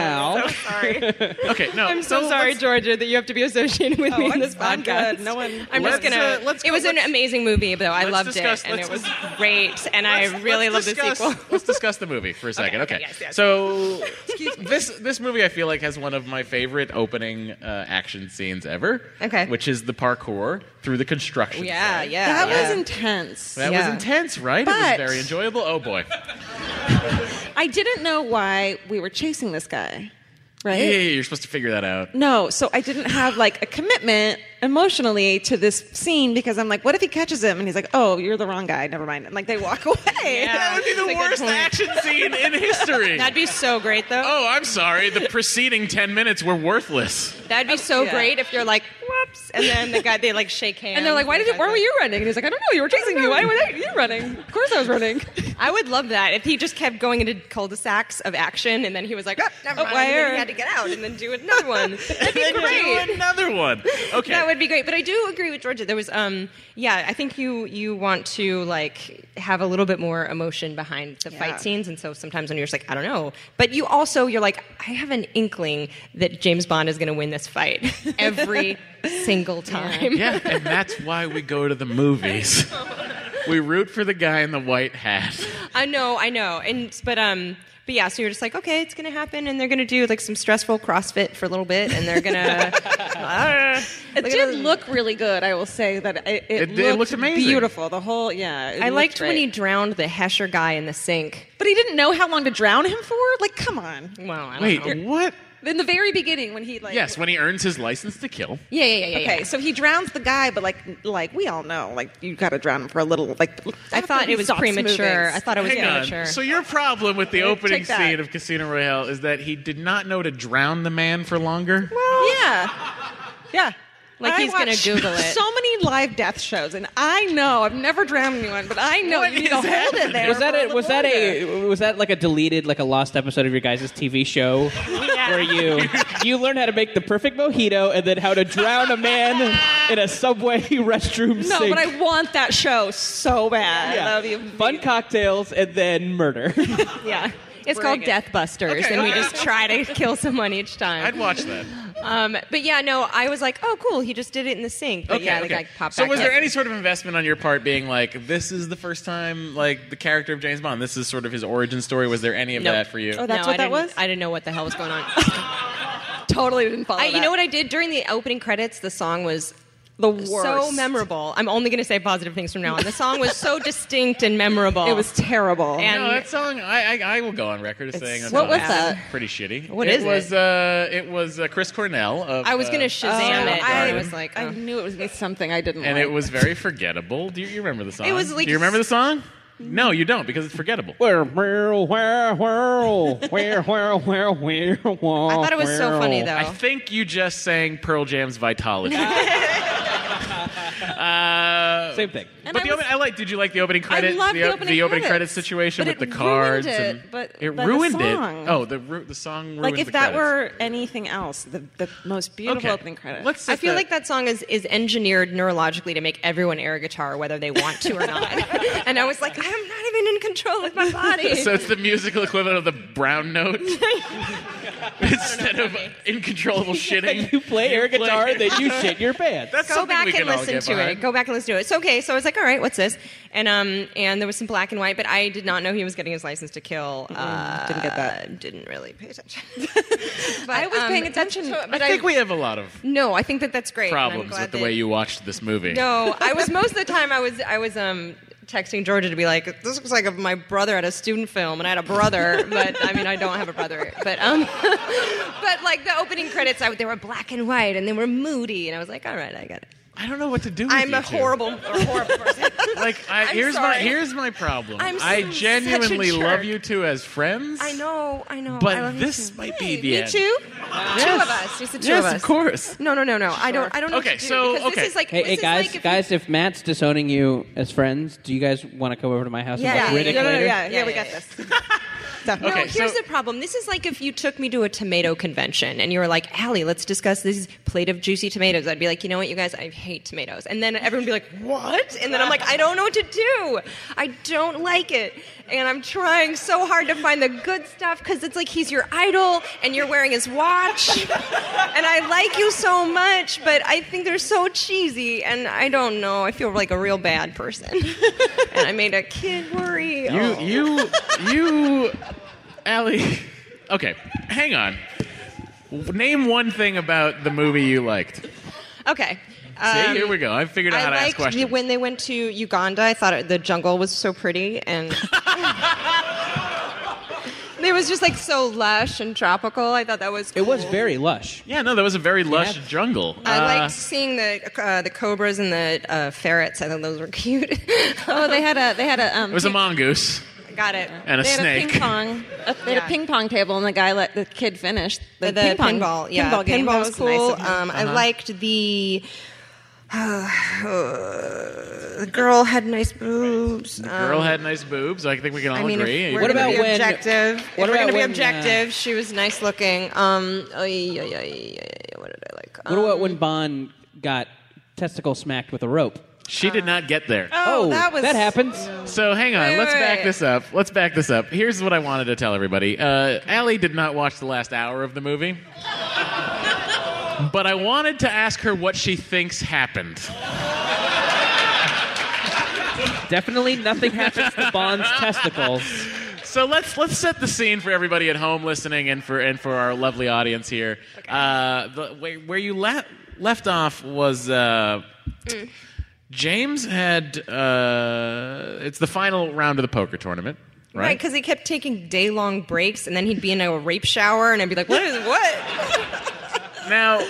Ow.
sorry. <laughs> okay, no.
<laughs> I'm so,
so
sorry,
let's-
Georgia, that you have to be associated with
Oh,
me in
I'm-
this
I'm good.
podcast.
No one-
I'm just
Let's,
gonna.
uh, let's
it
go-
was an amazing movie, though. I
let's
loved
discuss-
it, and
let's
it was great, and I really
let's
love the
discuss-
sequel.
<laughs> let's discuss the movie for a second. Okay.
okay, yes, yes.
So this this movie I feel like has one of my favorite opening uh, action scenes ever.
Okay.
Which is the parkour through the construction.
Yeah,
site.
yeah. That was intense.
That was intense, right?
But-
It was very enjoyable. Oh boy.
I didn't know why we were chasing this guy, right?
Yeah, yeah, yeah, you're supposed to figure that out.
No, so I didn't have like a commitment emotionally to this scene because I'm like, what if he catches him and he's like, oh, you're the wrong guy, never mind. And like they walk <laughs> away.
That would be the worst action scene in history.
That'd
be so great, though.
Oh, I'm sorry. The preceding 10 minutes were worthless.
That'd be so
yeah.
great if you're like, whoops, and then the guy they like shake hands,
And they're like, why did you, where were you running? And he's like, I don't know. You were chasing me. Why were
you running? Of course I was running. I would love that if he just kept going into cul-de-sacs of action, and then he was like, oh, never
Oh,
mind.
why
and then
are-
he had to get out and then
<laughs>
do another one. That'd be
Then do
<laughs> great.
another one. Okay.
That would be great. But I do agree with Georgia. There was, um, yeah, I think you you want to like have a little bit more emotion behind the
Yeah.
fight scenes, and so sometimes when you're just like, I don't know, but you also you're like, I have an inkling that James Bond is going to win this fight <laughs> every single time.
Yeah, and that's why we go to the movies. We root for the guy in the white hat.
<laughs> I know, I know, and but um, but yeah. So you're just like, okay, it's gonna happen, and they're gonna do like some stressful CrossFit for a little bit, and
<laughs>
they're gonna. Ah.
It did look really good. I will say that it, it,
It
looked,
did- it looked amazing.
Beautiful. The whole yeah. it
I
looked
liked when
great.
he drowned the Hesher guy in the sink.
But he didn't know how long to drown him for. Like, come on.
Well, I don't
Wait,
know.
what?
In the very beginning, when he like
Yes, when he earns his license to kill.
Yeah, yeah,
yeah,
Okay, so he drowns the guy, but like, like we all know, like you got to drown him for a little. Like,
I thought it was premature. I thought it was
Hang on.
premature.
So your problem with the
Yeah,
opening
take that.
scene of Casino Royale is that he did not know to drown the man for longer.
yeah, yeah.
Like, he's gonna
watch
Google it.
So many live death shows, and I know I've never drowned anyone, but I know you need to hold it there.
<laughs> Was that
for
a,
little
was that
longer.
a was that like a deleted like a lost episode of your guys' TV show where you you learn how to make the perfect mojito and then how to drown a man in a subway <laughs> restroom
No,
sink.
but I want that show so bad.
Yeah.
That would be amazing.
Fun cocktails and then
<laughs>
murder. <laughs>
yeah. It's called
Brilliant.
Death Busters,
Okay.
and we just try to
<laughs>
kill someone each time.
I'd watch that.
Um, but yeah, no, I was like, oh, cool, he just did it in the sink. But
okay,
yeah, the
okay.
guy popped
So
back
was
up.
there any sort of investment on your part being like, this is the first time like the character of James Bond, this is sort of his origin story. Was there any of
Nope.
that for
Oh,
you?
No, I didn't- I didn't know what the hell was going on.
<laughs>
<laughs>
totally didn't follow.
I, you
that.
know what I did during the opening credits? The song was
The
so
worst.
memorable. I'm only going to say positive things from now on. The song was
<laughs>
so distinct and memorable.
It was terrible.
And
no, that song I, I, I will go on record as saying that's
What was
not-
that?
Pretty shitty.
What
it
is it?
was, Uh, it was uh, Chris Cornell. Of,
I was
uh,
going to Shazam
Soundgarden.
it. I was like,
I
oh.
knew it was gonna be something I didn't.
and
like.
it was very forgettable. Do you, you remember the song?
It was like- Mm-hmm.
Do you remember the song? No, you don't because it's forgettable.
Where, where, where, where, where, where, where, where, I thought
I think you just sang Pearl Jam's
<laughs>
Vitology. uh,
Same thing.
But the opening, I like. Did you like the opening credits?
loved the
o-
opening credits,
credits situation
but
with the
it
cards.
ruined it,
and
but-
it
but the
ruined
song.
it. Oh, the ru- the song ruined
like if
the <laughs>
that
credits.
were anything else, the, the most beautiful
Okay.
opening credit.
I feel like that song is, is engineered neurologically to make everyone air guitar whether they want to or <laughs> not. and I was like, I'm not even in control of my body.
<laughs> so
<laughs>
it's the musical equivalent of the brown note instead of
<laughs>
incontrollable shitting.
You play air guitar, then
<laughs>
you shit your pants.
That's
go
something
back
we can
and
all
listen
get
to it.
behind.
Go back and listen to it. So okay, so I was like, all right, what's this? And um, and there was some black and white, but I did not know he was getting his license to kill. Uh, didn't get that. Didn't really pay <laughs> attention. but, um, I was paying attention. but
I think we have a lot of
No, I think that that's great. and I'm
problems
glad
with the
that-
way you watched this movie.
No, I was most of the time I was I was um texting Georgia to be like, "This looks like my brother at a student film," and I had a
<laughs>
brother, but I mean, I don't have a brother. But
<laughs>
um, but like the opening credits, I, they were black and white, and they were moody, and I was like, "All right, I get it."
I don't know what to do. With
I'm
you
a
two.
horrible, a
<laughs>
horrible person.
Like I,
I'm
here's my
sorry.
here's my problem.
I'm
I
so- such a
genuinely
jerk.
love you two as friends.
I know, I know.
But
I love you
this
too.
might be
Hey,
the
me
end.
too. Two
Yes.
of us. Just the two
Yes,
of us.
of course.
No, no, no, no. I don't. I don't know.
Okay,
what to do,
so,
because
okay.
This is like
Hey,
this
hey
is
guys,
like if you-
guys, if Matt's disowning you as friends, do you guys want to come over to my house
Yeah,
and watch Riddick
yeah, yeah,
later?
yeah, yeah, we
got
this. <laughs>
Definitely.
No,
Okay,
here's
so-
the problem. This is like if you took me to a tomato convention and you were like, Allie, let's discuss this plate of juicy tomatoes. I'd be like, you know what, you guys, I hate tomatoes. And then everyone would be like, what? And then I'm like, I don't know what to do. I don't like it. And I'm trying so hard to find the good stuff because it's like he's your idol and you're wearing his <laughs> watch. and I like you so much, but I think they're so cheesy. And I don't know. I feel like a real bad person. <laughs> and I made a kid worry. Oh.
You, you, <laughs> you, Allie. Okay, hang on. W- Name one thing about the movie you liked.
Okay.
See, here we go. I figured out
Um, I
how to
liked
ask questions.
the- when they went to Uganda. I thought it- the jungle was so pretty,
<laughs>
and it was just like so lush and tropical. I thought that was. Cool.
It was very lush.
Yeah, no, that was a very lush jungle.
I
Uh,
liked seeing the uh, the cobras and the uh, ferrets. I thought those were <laughs>
<laughs>
cute. oh, they had a they had a
Uh, It was a mongoose.
Got it.
And a
they
snake.
Had a
<laughs>
ping pong. uh, they had
Yeah.
a ping pong table, and the guy let the kid finish the,
the
ping pong
pinball. Yeah,
pinball game. That
was
nice
cool.
of him.
um, I
Uh-huh.
liked the. uh, the girl had nice boobs. um, The
Girl had nice boobs. I think we can all
I mean,
agree.
If we're gonna be objective?
what
if we're
about
gonna be
when, uh,
objective? she was nice looking. Um, ay, ay, ay, ay, ay, what did I like?
What about when Bond got testicle smacked with a uh, rope?
She did not get there.
Oh, that was
that happens.
So hang on,
Wait,
let's
wait,
back
wait.
this up. Let's back this up. Here's what I wanted to tell everybody. Uh, Allie did not watch the last hour of the movie, but I wanted to ask her what she thinks happened.
Definitely nothing happens to
<laughs>
Bond's testicles.
So let's let's set the scene for everybody at home listening and for and for our lovely audience here. Uh, the, where, where you la- left off was. Uh,
Mm.
James had uh, it's the final round of the poker tournament,
Right,
right?
because he kept taking day long breaks, and then he'd be in a rape shower, and I'd be like, "What is what?"
Now,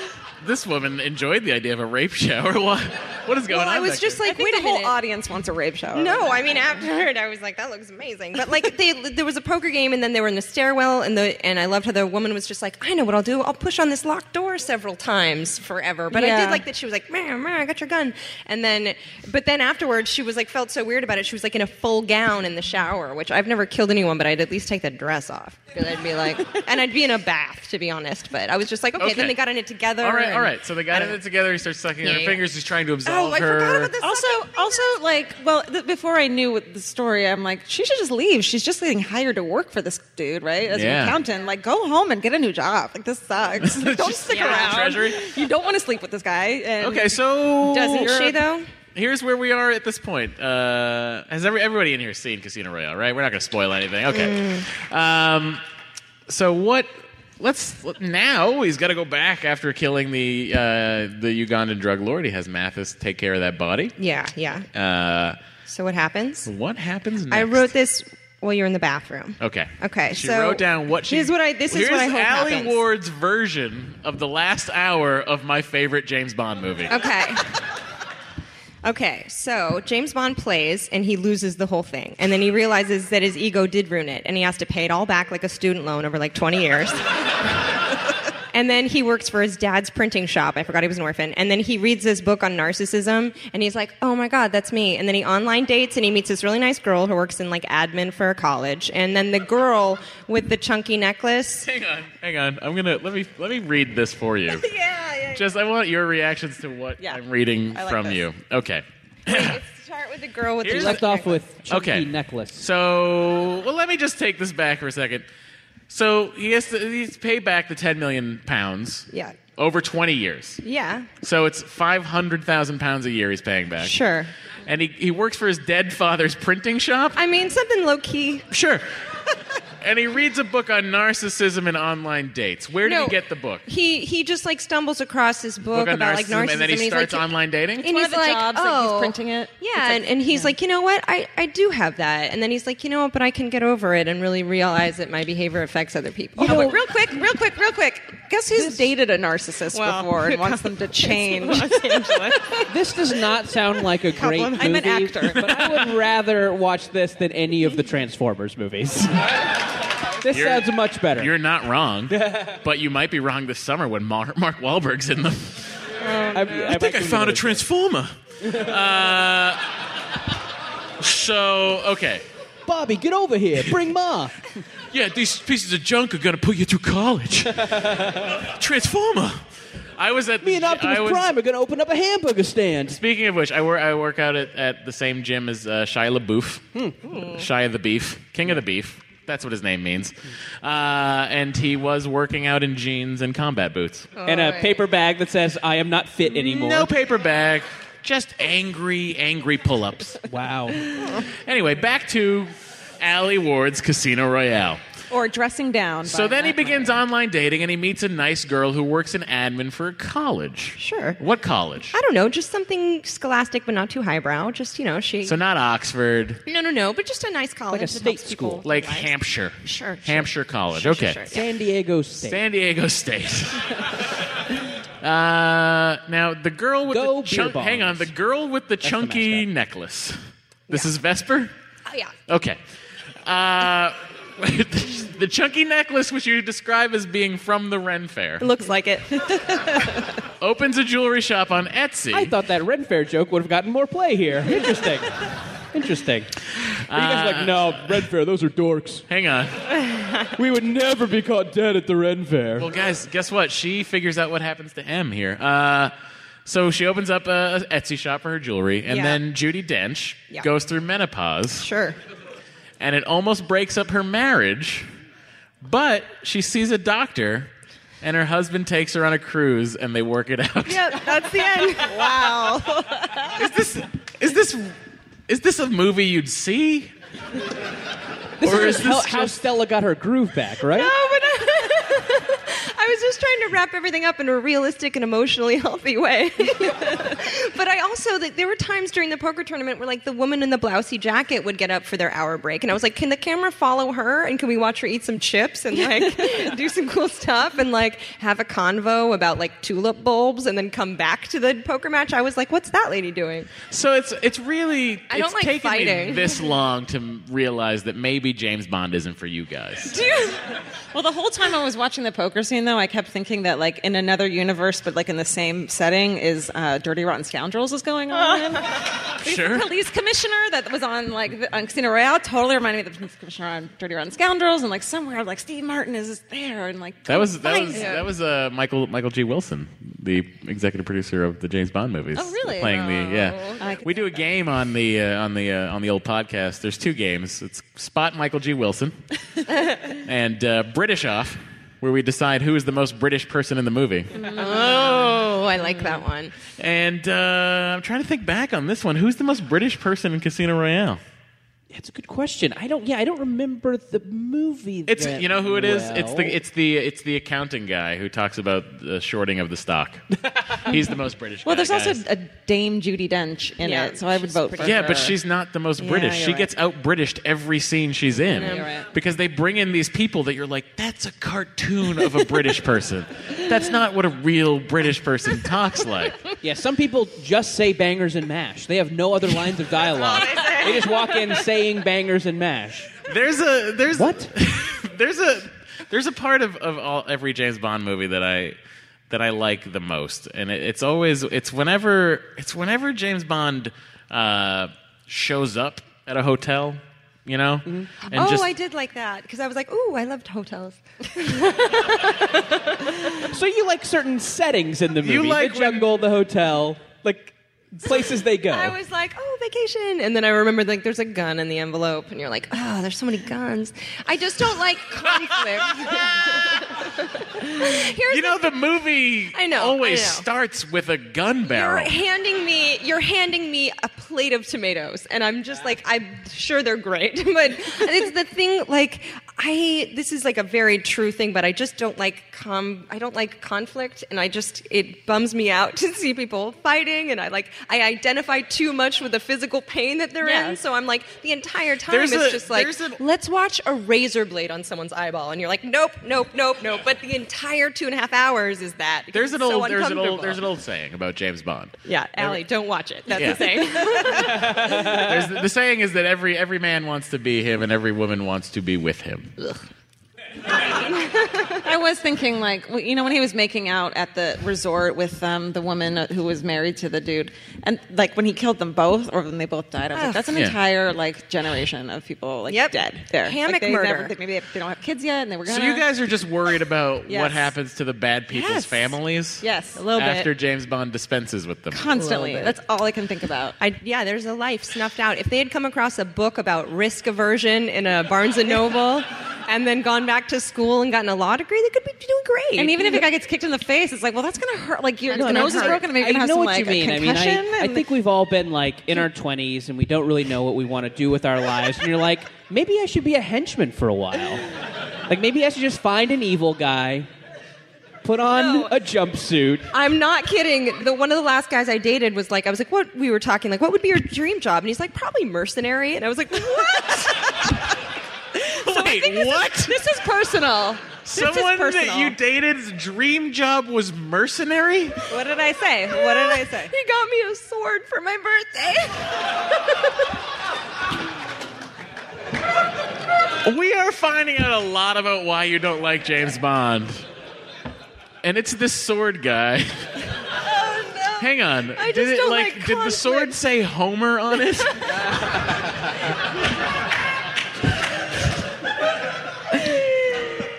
this woman enjoyed the idea of a rape shower. <laughs> What, what is going
well,
on?
I was
back
just
there?
like,
think
"Wait
the
a
whole
minute."
audience wants a rape shower.
No, I mean <laughs> afterward, I was like, that looks amazing. But like, they, there was a poker game, and then they were in the stairwell, and the and I loved how the woman was just like, I know what I'll do. I'll push on this locked door several times forever. But I
Yeah.
did like that she was like, meh, meh, I got your gun. And then, but then afterwards, she was like, felt so weird about it. She was like in a full gown in the shower, which I've never killed anyone, but I'd at least take the dress off because I'd be like, and I'd be in a bath to be honest. But I was just like, okay.
Okay.
Then they got in it together.
all right,
and-
all right. So they
I
got
don't
in it together. He starts sucking at
Yeah, Oh,
her
yeah.
fingers. He's trying to absolve
Oh, I
her.
forgot about this. Also, also, like, well, th- before I knew what the story, I'm like, she should just leave. She's just getting hired to work for this dude, right? As
Yeah.
an accountant, like, go home and get a new job. Like, this sucks. don't stick around.
treasury.
You don't want to sleep with this guy. And
Okay, so
doesn't she though?
Here's where we are at this point. Uh, has every, everybody in here seen Casino Royale? Right? We're not going to spoil anything. Okay.
Mm.
Um, so what? Let's now he's got to go back after killing the uh, the Ugandan drug lord. He has Mathis take care of that body.
<laughs> Yeah, yeah.
Uh,
So what happens?
What happens next?
I wrote this while you're in the bathroom.
Okay.
Okay,
She
so
wrote down what she.
here's what I- this is
here's
what I hope
Allie
happens.
Ward's version of the last hour of my favorite James Bond movie.
Okay. <laughs> Okay, so James Bond plays and he loses the whole thing. And then he realizes that his ego did ruin it and he has to pay it all back like a student loan over like 20 years. <laughs> and then he works for his dad's printing shop. I forgot he was an orphan. And then he reads this book on narcissism and he's like, oh my God, that's me. And then he online dates and he meets this really nice girl who works in like admin for a college. And then the girl with the chunky necklace.
Hang on, hang on. I'm gonna let me let me read this for you. yeah, Just I want your reactions to what I'm reading
I like
from
this.
you. Okay.
Start with the girl with
He
the
left off with chunky
Okay.
necklace.
So well, let me just take this back for a second. So he has to he's pay back the 10 million pounds
Yeah.
over 20 years.
Yeah.
So it's 500,000 pounds a year he's paying back.
Sure.
And he, he works for his dead father's printing shop.
I mean, something low key.
Sure. and he reads a book on narcissism and online dates. Where did
No.
he get the book?
He he just like stumbles across this book,
on
about like
narcissism,
narcissism,
and then he
he's
starts
like,
online dating? It's
and
one of
he's
the
like,
jobs,
like,
oh,
he's printing it.
Yeah, and, and he's like, you know what? I I do have that. And then he's like, you know what? But I can get over it and really realize that my behavior affects other people.
You know, real quick, real quick, real quick. Guess who's dated a narcissist
Well,
before and wants them to change?
this does not sound like
<laughs>
a great
Couple.
movie.
I'm an actor.
but I would rather watch this than any of the Transformers movies. <laughs> this
You're-
sounds much better.
You're not
<laughs>
wrong, but you might be wrong this summer when Mar- Mark Wahlberg's in them.
<laughs>
Um.
I, I
think I found a transformer. uh, so okay,
Bobby, get over here. Bring Ma.
yeah, these pieces of junk are gonna put you
<laughs>
through college. transformer. I was at
Me and Optimus
I was-
Prime are going to open up a hamburger stand.
Speaking of which, I work I work out at, at the same gym as uh, Shia LaBeouf,
Hmm.
Shia the Beef, King of the Beef. That's what his name means. Uh, and he was working out in jeans and combat boots.
and a paper bag that says "I am not fit anymore."
No paper bag, just angry, angry pull-ups.
Wow.
anyway, back to Ali Ward's Casino Royale.
<laughs> or dressing down.
So then he begins online dating and he meets a nice girl who works in admin for a college.
Sure.
What college?
I don't know, just something scholastic, but not too highbrow. Just you know, she.
So not Oxford,
no, no, no, but just a nice college, that helps people with
like
their lives.
Hampshire.
Sure, sure.
Hampshire College.
Sure,
okay.
sure, sure,
San Diego State.
San Diego
<laughs>
State. uh, now the girl with
Go
the chunk-
beer
hang on the girl with the chunky necklace. This is Vesper.
Oh yeah.
Okay. Uh, <laughs> the chunky necklace, which you describe as being from the Ren Fair,
<laughs> Looks like it.
opens a jewelry shop on Etsy.
I thought that Ren Fair joke would have gotten more play here. Interesting. Interesting. Uh,
you guys are like, no, Red Fair, those are dorks.
Hang on.
<laughs> We would never be caught dead at the Ren Fair.
Well, guys, guess what? She figures out what happens to M here. Uh, so she opens up a a Etsy shop for her jewelry, and
Yeah.
then Judy Dench
Yeah.
goes through menopause.
Sure.
And it almost breaks up her marriage, but she sees a doctor, and her husband takes her on a cruise, and they work it out.
Yep, that's the end. <laughs> wow.
is this <laughs> is this is this a movie you'd see?
This
Or
is,
is
how,
this
how
just-
Stella got her groove back, right?
I <laughs> was just trying to wrap everything up in a realistic and emotionally healthy way. <laughs> but I also, like, there were times during the poker tournament where, like, the woman in the blousey jacket would get up for their hour break. And I was like, can the camera follow her? And can we watch her eat some chips and, like, <laughs> do some cool stuff and, like, have a convo about, like, tulip bulbs and then come back to the poker match? I was like, what's that lady doing?
So it's it's really
I don't
it's
like
taken me
fighting.
this long to m- realize that maybe James Bond isn't for you guys.
Well, the whole time I was watching the poker scene, though, I kept thinking that, like, in another universe, but like in the same setting, is uh, Dirty Rotten Scoundrels is going on. Because
Sure.
The police commissioner that was on like the, on Casino Royale totally reminded me of the police commissioner on Dirty Rotten Scoundrels, and like somewhere, like Steve Martin is there, and like
That was that
fight.
was that was uh, Michael Michael G. Wilson, the executive producer of the James Bond movies.
Oh, really?
Playing the
Oh. I
yeah.
could
We do a game on the uh, on the uh, on the old podcast. There's two games. It's Spot Michael G.
<laughs>
Wilson and uh, British Off, where we decide who is the most British person in the movie.
<laughs> Oh, I like that one.
And uh, I'm trying to think back on this one. Who's the most British person in Casino Royale?
That's a good question. I don't. Yeah, I don't remember the movie.
It's
that
you know who it is. It's
well.
the it's the it's the accounting guy who talks about the shorting of the
<laughs>
stock. He's the most British.
Well,
guy,
there's also
guys.
a Dame Judy Dench in
Yeah,
it, so I would vote for
Yeah,
her.
but she's not the most
Yeah,
British.
you're
she
right.
gets out Britished every scene she's in
Yeah, you're right.
because they bring in these people that you're like, that's a cartoon of a British
<laughs>
person. That's not what a real British person talks like.
<laughs> Yeah, some people just say bangers and mash. They have no other lines of
<laughs>
dialogue. they just walk in saying bangers and mash.
There's a <laughs> there's what? <laughs> there's a there's a part of, of all every James Bond movie that I that I like the most, and it, it's always it's whenever it's whenever James Bond uh, shows up at a hotel, you know,
Mm-hmm.
and
oh,
just
I did like that because I was like, ooh, I loved hotels.
So you like certain settings in the movie.
You like
the jungle, the hotel, like places they go.
I was like, oh, vacation. And then I remembered, like, there's a gun in the envelope. And you're like, oh, there's so
<laughs>
many guns. I just don't like conflict. Here's
you know the movie
I know, I
always
know.
starts with a gun
you're
barrel.
handing me you're handing me a <laughs> plate of tomatoes and i'm just like i'm sure they're great but it's the thing like I this is like a very true thing, but I just don't like com I don't like conflict and I just it bums me out <laughs> to see people fighting and I like I identify too much with the physical pain that they're in. So I'm like the entire time
There's
it's
a-
just like
there's
let's watch a razor blade on someone's eyeball and you're like, Nope, nope, nope, nope. But the entire two and a half hours is that. because
There's an
it's so
old there's an old
uncomfortable.
there's an old saying about James Bond.
Yeah, Allie, don't watch it. That's
Yeah.
<laughs>
the saying.
There's, the saying is that every every man wants to be him and every woman wants to be with him.
I was thinking, like, w- you know, when he was making out at the resort with um, the woman who was married to the dude, and like when he killed them both, or when they both died, I was
Ugh.
like, that's an
Yeah.
entire like generation of people like dead there. Like,
Hammock
they
murder.
never- they- maybe they don't have kids yet, and they were gonna.
So you guys are just worried about
Yes.
what happens to the bad people's
Yes.
families?
Yes, a little bit.
after James Bond dispenses with them.
Constantly.
That's
all I can think about.
I, yeah, there's a life snuffed out. If they had come across a book about risk aversion in a Barnes and Noble, and then gone back to school and gotten a law degree, they could be doing great.
And even if a guy gets kicked in the face, it's like, well, that's gonna hurt. Like your
That's gonna
nose is
hurt.
broken, and maybe
I
you have
know
some
what
like
you mean.
a
I
I mean,
concussion.
I, I
and-
think we've all been like in our 20s and we don't really know what we want to do with our lives. And you're like, maybe I should be a henchman for a while. Like, maybe I should just find an evil guy, put on a jumpsuit.
I'm not kidding. The one of the last guys I dated was like, I was like, what? We were talking like, what would be your dream job? And he's like, probably mercenary. And I was like,
<laughs>
what?
Wait, what?
This is personal. this is
Someone
personal.
that you dated's dream job was mercenary?
What did I say? What did I say? he got me a sword for my birthday.
We are finding out a lot about why you don't like James Bond. And it's this sword guy. Hang on.
I
did
just
it
don't
like,
like
did the sword say Homer on it?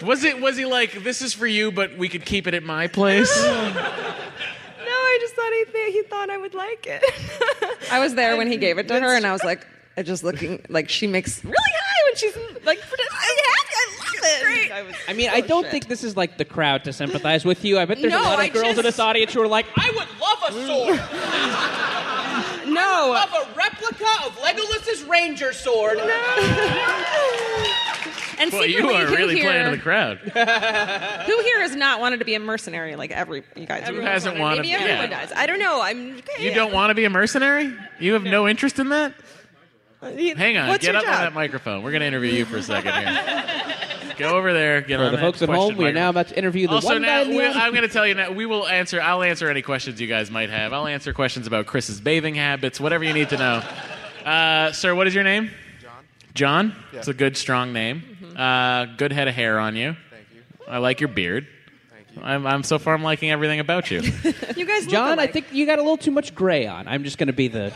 was it was he like this is for you but we could keep it at my place?
no, I just thought he, th- he thought I would like it. <laughs>
I was there when he gave it to her, and I was like, I just looking like she makes really high when she's like, I love it.
I mean, I don't think this is like the crowd to sympathize with you. I bet there's
No,
a lot of
I
girls in
just-
this audience who are like, I would love a <laughs> sword.
no.
Of a replica of Legolas's ranger sword. <laughs>
And
Boy, you
secretly,
are
who
really
here,
playing to the crowd.
Who here has not wanted to be a mercenary? Like every you guys.
Who hasn't wanted-
Maybe everyone
yeah.
does.
I don't know. I'm.
You don't want to be a mercenary? You have no interest in that? Hang on,
What's
get
your
up on
job?
that microphone. We're going to interview you for a second here. Go over there, get
For
on
the
that
folks at
question
home, we are
microphone.
now about to interview the
also,
one guy
now
in the
we-
audience.
I'm going to tell you now. We will answer. I'll answer any questions you guys might have. I'll answer questions about Chris's bathing habits, whatever you need to know. Uh, sir, what is your name? John. John.
Yeah.
It's a good, strong name.
Mm-hmm.
Uh, good head of hair on you. Thank you. I like your beard. Thank you. I'm, I'm so far. I'm liking everything about
<laughs>
you.
<laughs> You guys,
John, I think you got a little too much gray on. I'm just gonna be the,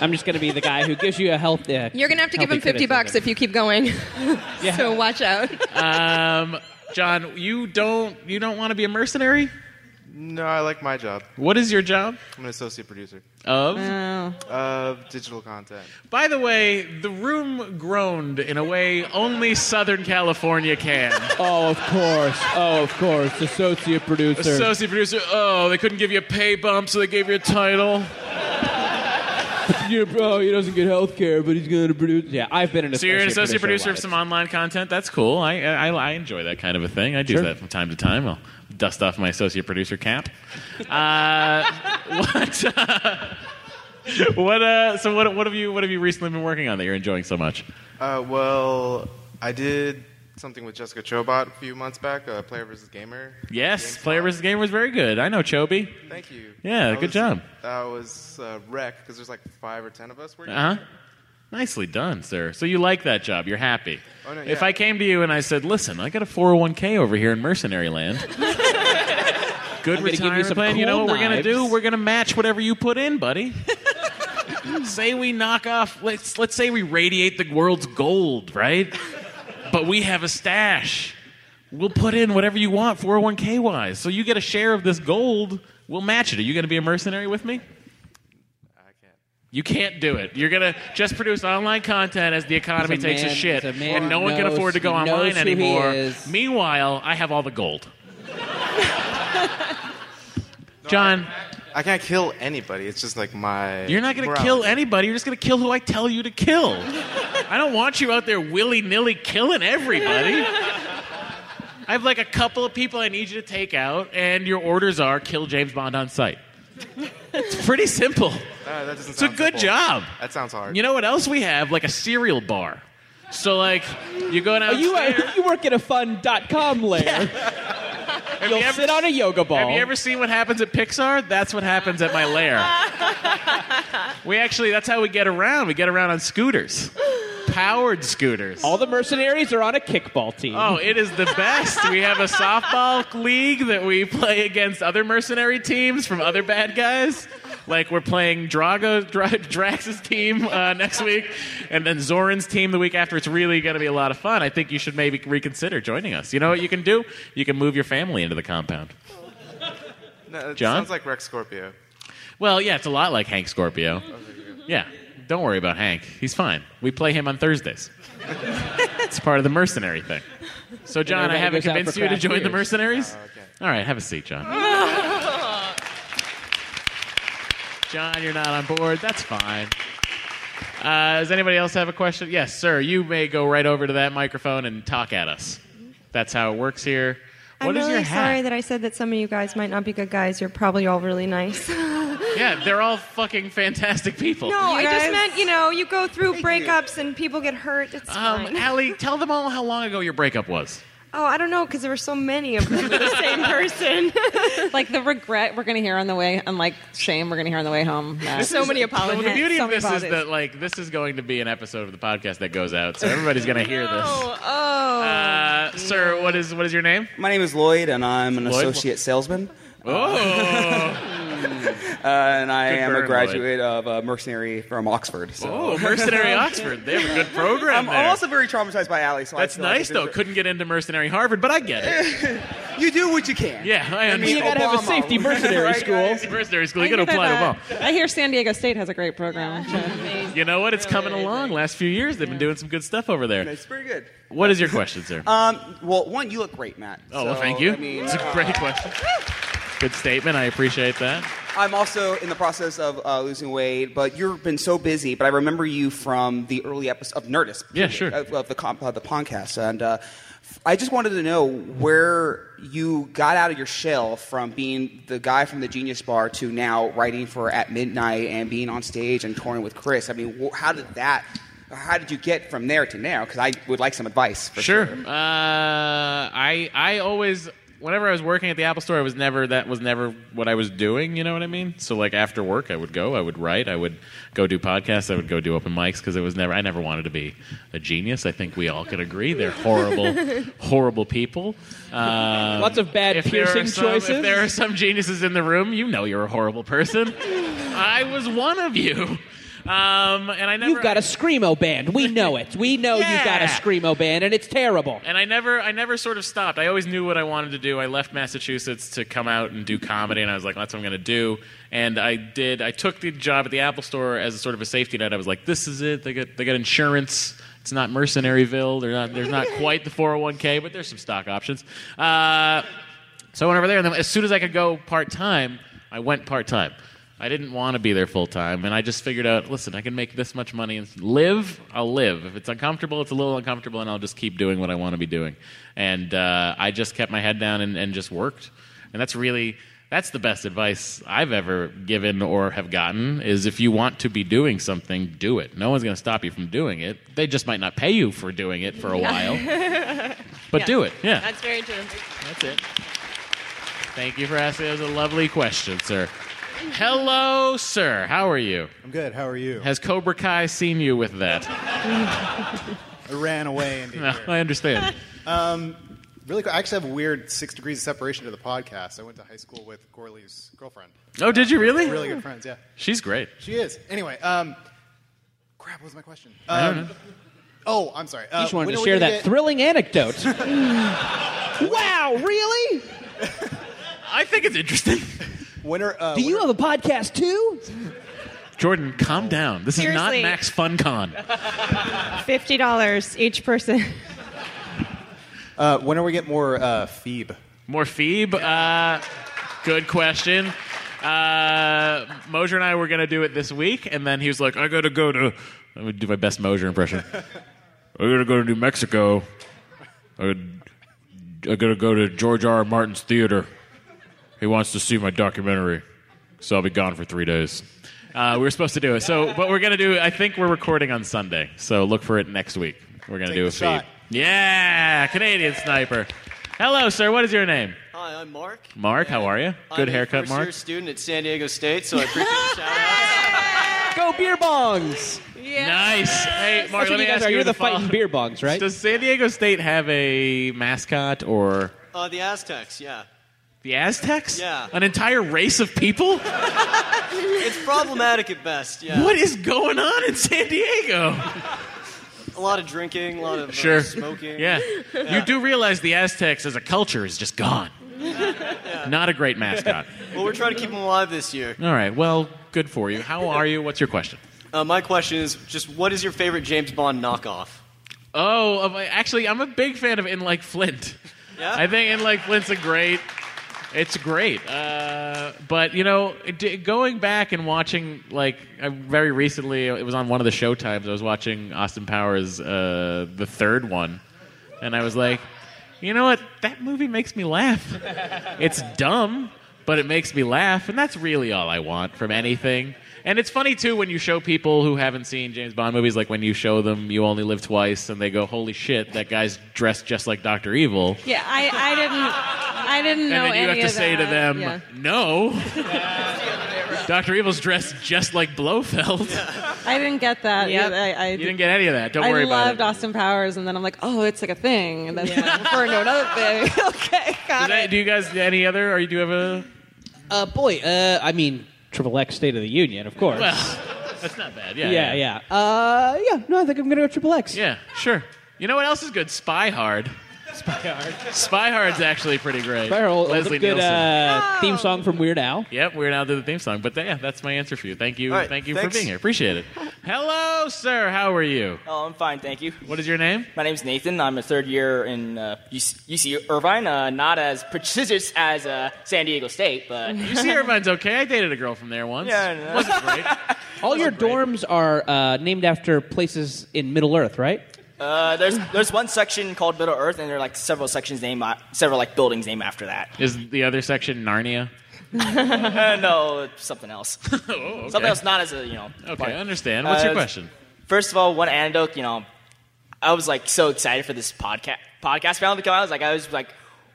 I'm just gonna be the guy who gives you a health. Uh,
You're gonna have to give him
healthy
50 bucks
criticism.
if you keep going. <laughs> So watch out.
um, John, you don't you don't want to be a mercenary?
No, I like my job.
What is your job?
I'm an associate producer
Of? Oh.
of digital content.
By the way, the room groaned in a way only Southern California can.
<laughs> Oh, of course. Oh, of course. Associate producer.
<laughs>
Associate producer, oh, they couldn't give you a pay bump, so they gave you a title.
Your
oh,
bro, he doesn't get health care, but he's going to produce.
Yeah, I've been an
So you're an associate producer of some online content. That's cool. I I, I enjoy that kind of a thing. I do
Sure.
that from time to time. I'll dust off my associate
<laughs>
producer cap. Uh, what? uh, what? Uh, so what? What have you? What have you recently been working on that you're enjoying so much?
Uh, well, I did something with Jessica Chobot a few months back, uh, Player versus Gamer.
Yes, Player vs. Game was very good. I know Chobi.
Thank you.
Yeah,
That
good
was-
job.
That was uh, wreck because there's like five or ten of us working.
Uh huh. Nicely done, sir. So you like that job? You're happy.
Oh, no,
If
yeah.
I came to you and I said, "Listen, I got a 401k over here in Mercenary
<laughs>
Land. Good
I'm gonna give you
retirement
some
plan. you know
cool
what we're gonna do?
knives."
We're gonna match whatever you put in, buddy. <gasps> say we knock off. Let's let's say we radiate the
<laughs>
world's gold, right? But we have a stash. We'll put in whatever you want, 401k wise. So you get a share of this gold. We'll match it. Are you gonna be a mercenary with me? You can't do it. You're gonna just produce online content as the economy
He's a
takes
man-
a shit,
he's a man
and no
who
one can
knows-
afford to go
he knows
online
who he
anymore.
is.
Meanwhile, I have all
<laughs>
the gold. John,
I can't kill anybody. It's just like my.
you're not gonna
morality.
kill anybody. You're just gonna kill who I tell you to kill. I don't want you out there willy nilly killing everybody. I have like a couple of people I need you to take out, and your orders are kill James Bond on sight. It's pretty simple.
Ah, that doesn't
It's a
sound
good
simple.
job.
That sounds hard.
You know what else we have? Like a cereal bar. So like you go downstairs.
you, are, you work at a fun.com layer.
Have
You'll sit on a yoga ball.
Have you ever seen what happens at Pixar? That's what happens at my
<laughs>
lair. we actually that's how we get around. We get around on scooters. Powered scooters.
All the mercenaries are on a kickball team.
Oh, it is the best. We have a softball league that we play against other mercenary teams from other bad guys. Like we're playing Drago, Dra- Drax's team uh, next week, and then Zoran's team the week after. It's really going to be a lot of fun. I think you should maybe reconsider joining us. You know what you can do? You can move your family into the compound.
No, it
John?
sounds like Rex Scorpio.
Well, yeah, it's a lot like Hank Scorpio. Yeah, don't worry about Hank. He's fine. We play him on
<laughs>
Thursdays. it's part of the mercenary thing. So,
And
John, I
everybody
haven't
goes out for
convinced you to
craft
join the
beers. Oh,
mercenaries? All right, have a seat, John. John, you're not on board. That's fine. Uh, does anybody else have a question? Yes, sir. You may go right over to that microphone and talk at us. That's how it works here.
I'm
What is
really
your
sorry
hat?
that I said that some of you guys might not be good guys. You're probably all really nice. <laughs>
Yeah, they're all fucking fantastic people.
No, I just meant you know you go through
Thank you.
breakups and people get hurt. It's
Um,
fine.
Allie, tell them all how long ago your breakup was.
Oh, I don't know because there were so many of them. the same person.
<laughs> like the regret we're gonna hear on the way, and like shame we're gonna hear on the way home. That-
This is- The beauty of this is that, like, this is going to be an episode of the podcast that goes out, so everybody's going to hear this.
Oh.
Uh, sir, what is what is your name?
My name is Lloyd, and I'm an
Lloyd?
associate salesman.
Oh.
<laughs> Uh, and I
Good
am
burn,
a graduate of uh, mercenary from Oxford. So.
Oh, Mercenary Oxford. They have a good program
I'm
there.
also very traumatized by Alley. So I
That's
feel like
nice,
this
though.
is-
Couldn't get into Mercenary Harvard, but I get it.
<laughs> you do what you can.
Yeah, I,
I mean,
understand.
you gotta have a Obama. safety mercenary Right,
school. mercenary school. You
I
got to
hear
apply to
that,
them
uh, I hear San Diego State has a great program.
all. You know what? It's coming along. Last few years, they've been doing some good stuff over there.
It's pretty good.
What is your question, sir?
Um, well, one, you look great, Matt.
Oh, well,
So,
thank you.
I mean,
it's a
uh,
great question. Good statement. I appreciate that.
I'm also in the process of uh, losing weight, but you've been so busy. But I remember you from the early episode of Nerdist.
Yeah, sure.
Of, of the comp, uh, the podcast, and uh, f- I just wanted to know where you got out of your shell from being the guy from the Genius Bar to now writing for At Midnight and being on stage and touring with Chris. I mean, wh- how did that? How did you get from there to now? Because I would like some advice. For
Sure. Uh, I I always whenever I was working at the Apple Store, I was never that was never what I was doing. You know what I mean? So like after work, I would go, I would write, I would go do podcasts, I would go do open mics because it was never I never wanted to be a genius. I think we all could agree they're horrible, horrible people. Um,
Lots of bad
if there are
piercing
some-
choices.
If there are some geniuses in the room, you know you're a horrible
<laughs>
person. I was one of you. Um, and I never
You've got a screamo band. We know it. We know you've got a
Yeah.
screamo band, and it's terrible.
And I never, I never sort of stopped. I always knew what I wanted to do. I left Massachusetts to come out and do comedy, and I was like, that's what I'm going to do. And I did. I took the job at the Apple Store as a sort of a safety net. I was like, this is it. They got, they got insurance. It's not Mercenaryville. They're not, there's not quite the 401k, but there's some stock options. Uh, so I went over there, and then as soon as I could go part time, I went part time. I didn't want to be there full time, and I just figured out, listen, I can make this much money and live. I'll live. If it's uncomfortable, it's a little uncomfortable, and I'll just keep doing what I want to be doing. And uh, I just kept my head down and, and just worked. And that's really that's the best advice I've ever given or have gotten is if you want to be doing something, do it. No one's going to stop you from doing it. They just might not pay you for doing it for a <laughs> while. But do it, yeah.
That's very true.
That's it. Thank you for asking. That was a lovely question, sir. Hello, sir. How are you?
I'm good. How are you?
Has Cobra Kai seen you with that?
I ran
<laughs>
away. Into
No,
here.
I understand.
Um, really quick, I actually have a weird six degrees of separation to the podcast. I went to high school with Gorley's girlfriend.
Oh, did you really?
Really good friends, yeah.
She's great.
She is. Anyway, um, crap, what was my question?
I don't
Um, oh, I'm sorry.
just wanted
when
to
are we
share
gonna
that
get-
thrilling anecdote.
wow, really?
<laughs> I think it's interesting.
When are, uh,
Do you have a podcast too?
Jordan, calm down. This is not
Seriously.
Max FunCon.
Fifty dollars each person.
uh, when are we get more uh, Phoebe?
More Phoebe? Uh, good question. Uh, Mosier and I were going to do it this week, and then he was like, I got to go to. I'm going to do my best Mosier impression. I got to go to New Mexico. I, I got to go to George R. R. Martin's theater. He wants to see my documentary, so I'll be gone for three days. Uh, we were supposed to do it. So, but we're going to do, I think we're recording on Sunday. So look for it next week. We're going to do a
the shot.
feed. Yeah, Canadian Sniper. Hello, sir. What is your name?
Hi, I'm Mark.
Mark, how are you? Good
I'm a
haircut,
first
Mark.
Year student at San Diego State, so I appreciate the shout out.
Go beer bongs.
Nice. Hey, Mark,
That's
let
what
me
you guys
ask
are.
you
You're
the
the fighting
follow-
beer bongs, right?
Does San Diego State have a mascot or
Uh, the
<laughs>
Aztecs, yeah.
the Aztecs?
Yeah.
An entire race of people?
it's problematic at best, yeah.
What is going on in San Diego?
A lot of drinking, a lot of uh,
Sure.
smoking.
Yeah. You
<laughs>
do realize the Aztecs as a culture is just gone. Not a great
<laughs>
mascot.
Well, we're trying to keep them alive this year.
All right. Well, good for you. How are you? What's your question?
Uh, my question is just what is your favorite James Bond knockoff?
Oh, of- actually, I'm a big fan of In Like Flint.
Yeah?
I think In Like Flint's a great. It's great. Uh, but, you know, d- going back and watching, like, I very recently, it was on one of the Showtimes, I was watching Austin Powers, uh, the third one. And I was like, you know what? That movie makes me laugh. It's dumb, but it makes me laugh, and that's really all I want from anything. And it's funny too when you show people who haven't seen James Bond movies, like when you show them "You Only Live Twice," and they go, "Holy shit, that guy's dressed just like Doctor Evil."
Yeah, I, I didn't I didn't
And
know
then
any
you have to
of
say to
that.
them,
Yeah.
"No, Doctor Evil's dressed just like Blofeld."
I didn't get that.
Yep.
Yeah, I, I,
You didn't get any of that. Don't
I
worry about it.
loved Austin Powers, and then I'm like, oh, it's like a thing, and then like, referring
<laughs>
to another thing. okay, got
Does that- do you guys any other? Or you do you have a?
Uh, boy, uh, I mean, Triple X State of the Union, of course.
Well, that's not bad. Yeah.
yeah, yeah. Uh, yeah. No, I think I'm gonna go Triple X.
Yeah, sure. You know what else is good? Spy Hard. Spy Hard. Spy Hard's actually pretty great. Leslie
good
Nielsen.
uh,
Oh.
theme song from Weird Al.
Yep, we're now to the theme song. But yeah, that's my answer for you. Thank you.
All right,
thank you
thanks.
for being here.
<laughs>
Appreciate it. Hello, sir. How are you?
Oh, I'm fine, thank you.
What is your name?
My name's Nathan. I'm a third year in uh, UC, UC Irvine. Uh, not as prestigious as uh, San Diego State,
<laughs>
but
UC Irvine's okay. I dated a girl from there once.
Yeah, no.
wasn't great.
All your dorms are uh, named after places in Middle Earth, right?
Uh, there's there's one section called Middle Earth, and there are like several sections named a- several like buildings named after that.
Is the other section Narnia?
Uh, no, it's something
<laughs>
else. Something else, not as a you know.
Oh, Okay,
part.
I understand. What's your
Uh,
question?
First of all, one anecdote, you know, I was like so excited for this podcast podcast panel to come out. I was like, I was like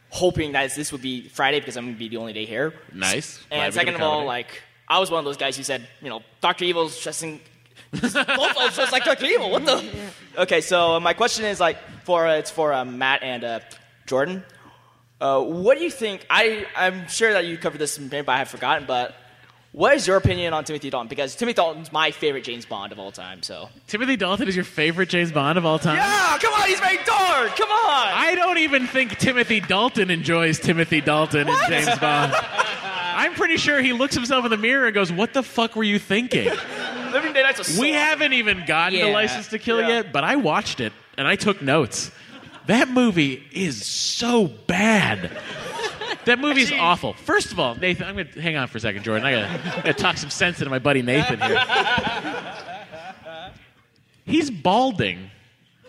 hoping that this would be Friday because I'm gonna be the only day here.
Nice.
And
Glad we
second
can
of all,
accommodate.
like I was one of those guys who said, you know, Doctor Evil's dressing Blofeld's just like Doctor Evil. What the? Okay, so uh, my question is like for uh, it's for uh, Matt and uh, Jordan. Uh, what do you think? I I'm sure that you covered this, maybe I have forgotten, but what is your opinion on Timothy Dalton? Because Timothy Dalton's my favorite James Bond of all time. So
Timothy Dalton is your favorite James Bond of all time?
yeah, come on, he's very dark. Come on.
I don't even think Timothy Dalton enjoys Timothy Dalton
What?
in
<laughs>
James Bond. I'm pretty sure he looks himself in the mirror and goes, "What the fuck were you thinking?"
Living Day Nights was.
We
<laughs>
haven't even gotten to
Yeah.
License to Kill
Yeah.
yet, but I watched it and I took notes. That movie is so bad. That movie's awful. First of all, Nathan, I'm going to hang on for a second, Jordan. I got to talk some sense into my buddy Nathan here. He's balding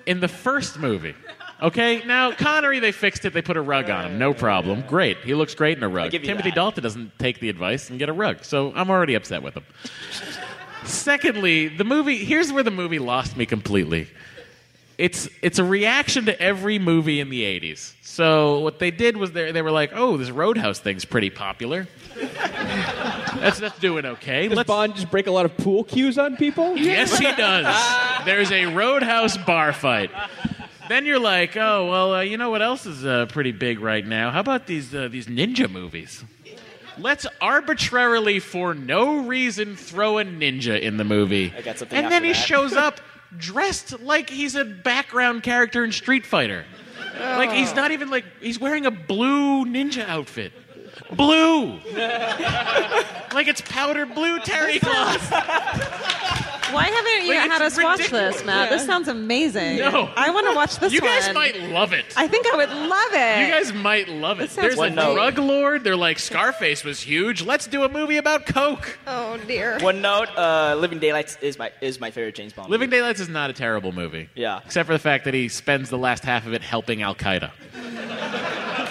in the first movie. Okay, now Connery, they fixed it. They put a rug on him. No problem. Great. He looks great in a rug.
give you
Timothy Dalton doesn't take the advice and get a rug, so I'm already upset with him. Secondly, the movie here's where the movie lost me completely. It's it's a reaction to every movie in the 80s. So what they did was they they were like, "Oh, this Roadhouse thing's pretty popular. that's that's doing okay.
Does Bond just break a lot of pool cues on people?
Yes, he does. There's a Roadhouse bar fight. Then you're like, oh well, uh, you know what else is uh, pretty big right now? How about these uh, these ninja movies? Let's arbitrarily, for no reason, throw a ninja in the movie. I got
something
and
after
then he
that. <laughs>
shows up dressed like he's a background character in Street Fighter. Like he's not even like he's wearing a blue ninja outfit. Blue, like it's powder blue terry cloth.
<laughs> Why haven't you
Like,
had us
it's
watch
ridiculous.
this, Matt? This
Yeah.
sounds amazing.
No.
I want to watch this
you
one.
guys might love it.
I think I would love it.
You guys might love it.
sounds
There's a
One note.
drug lord. They're like Scarface was huge. Let's do a movie about coke.
Oh dear.
One note: uh, Living Daylights is my is my favorite James Bond.
Living Daylights is not a terrible movie.
Yeah.
Except for the fact that he spends the last half of it helping Al Qaeda.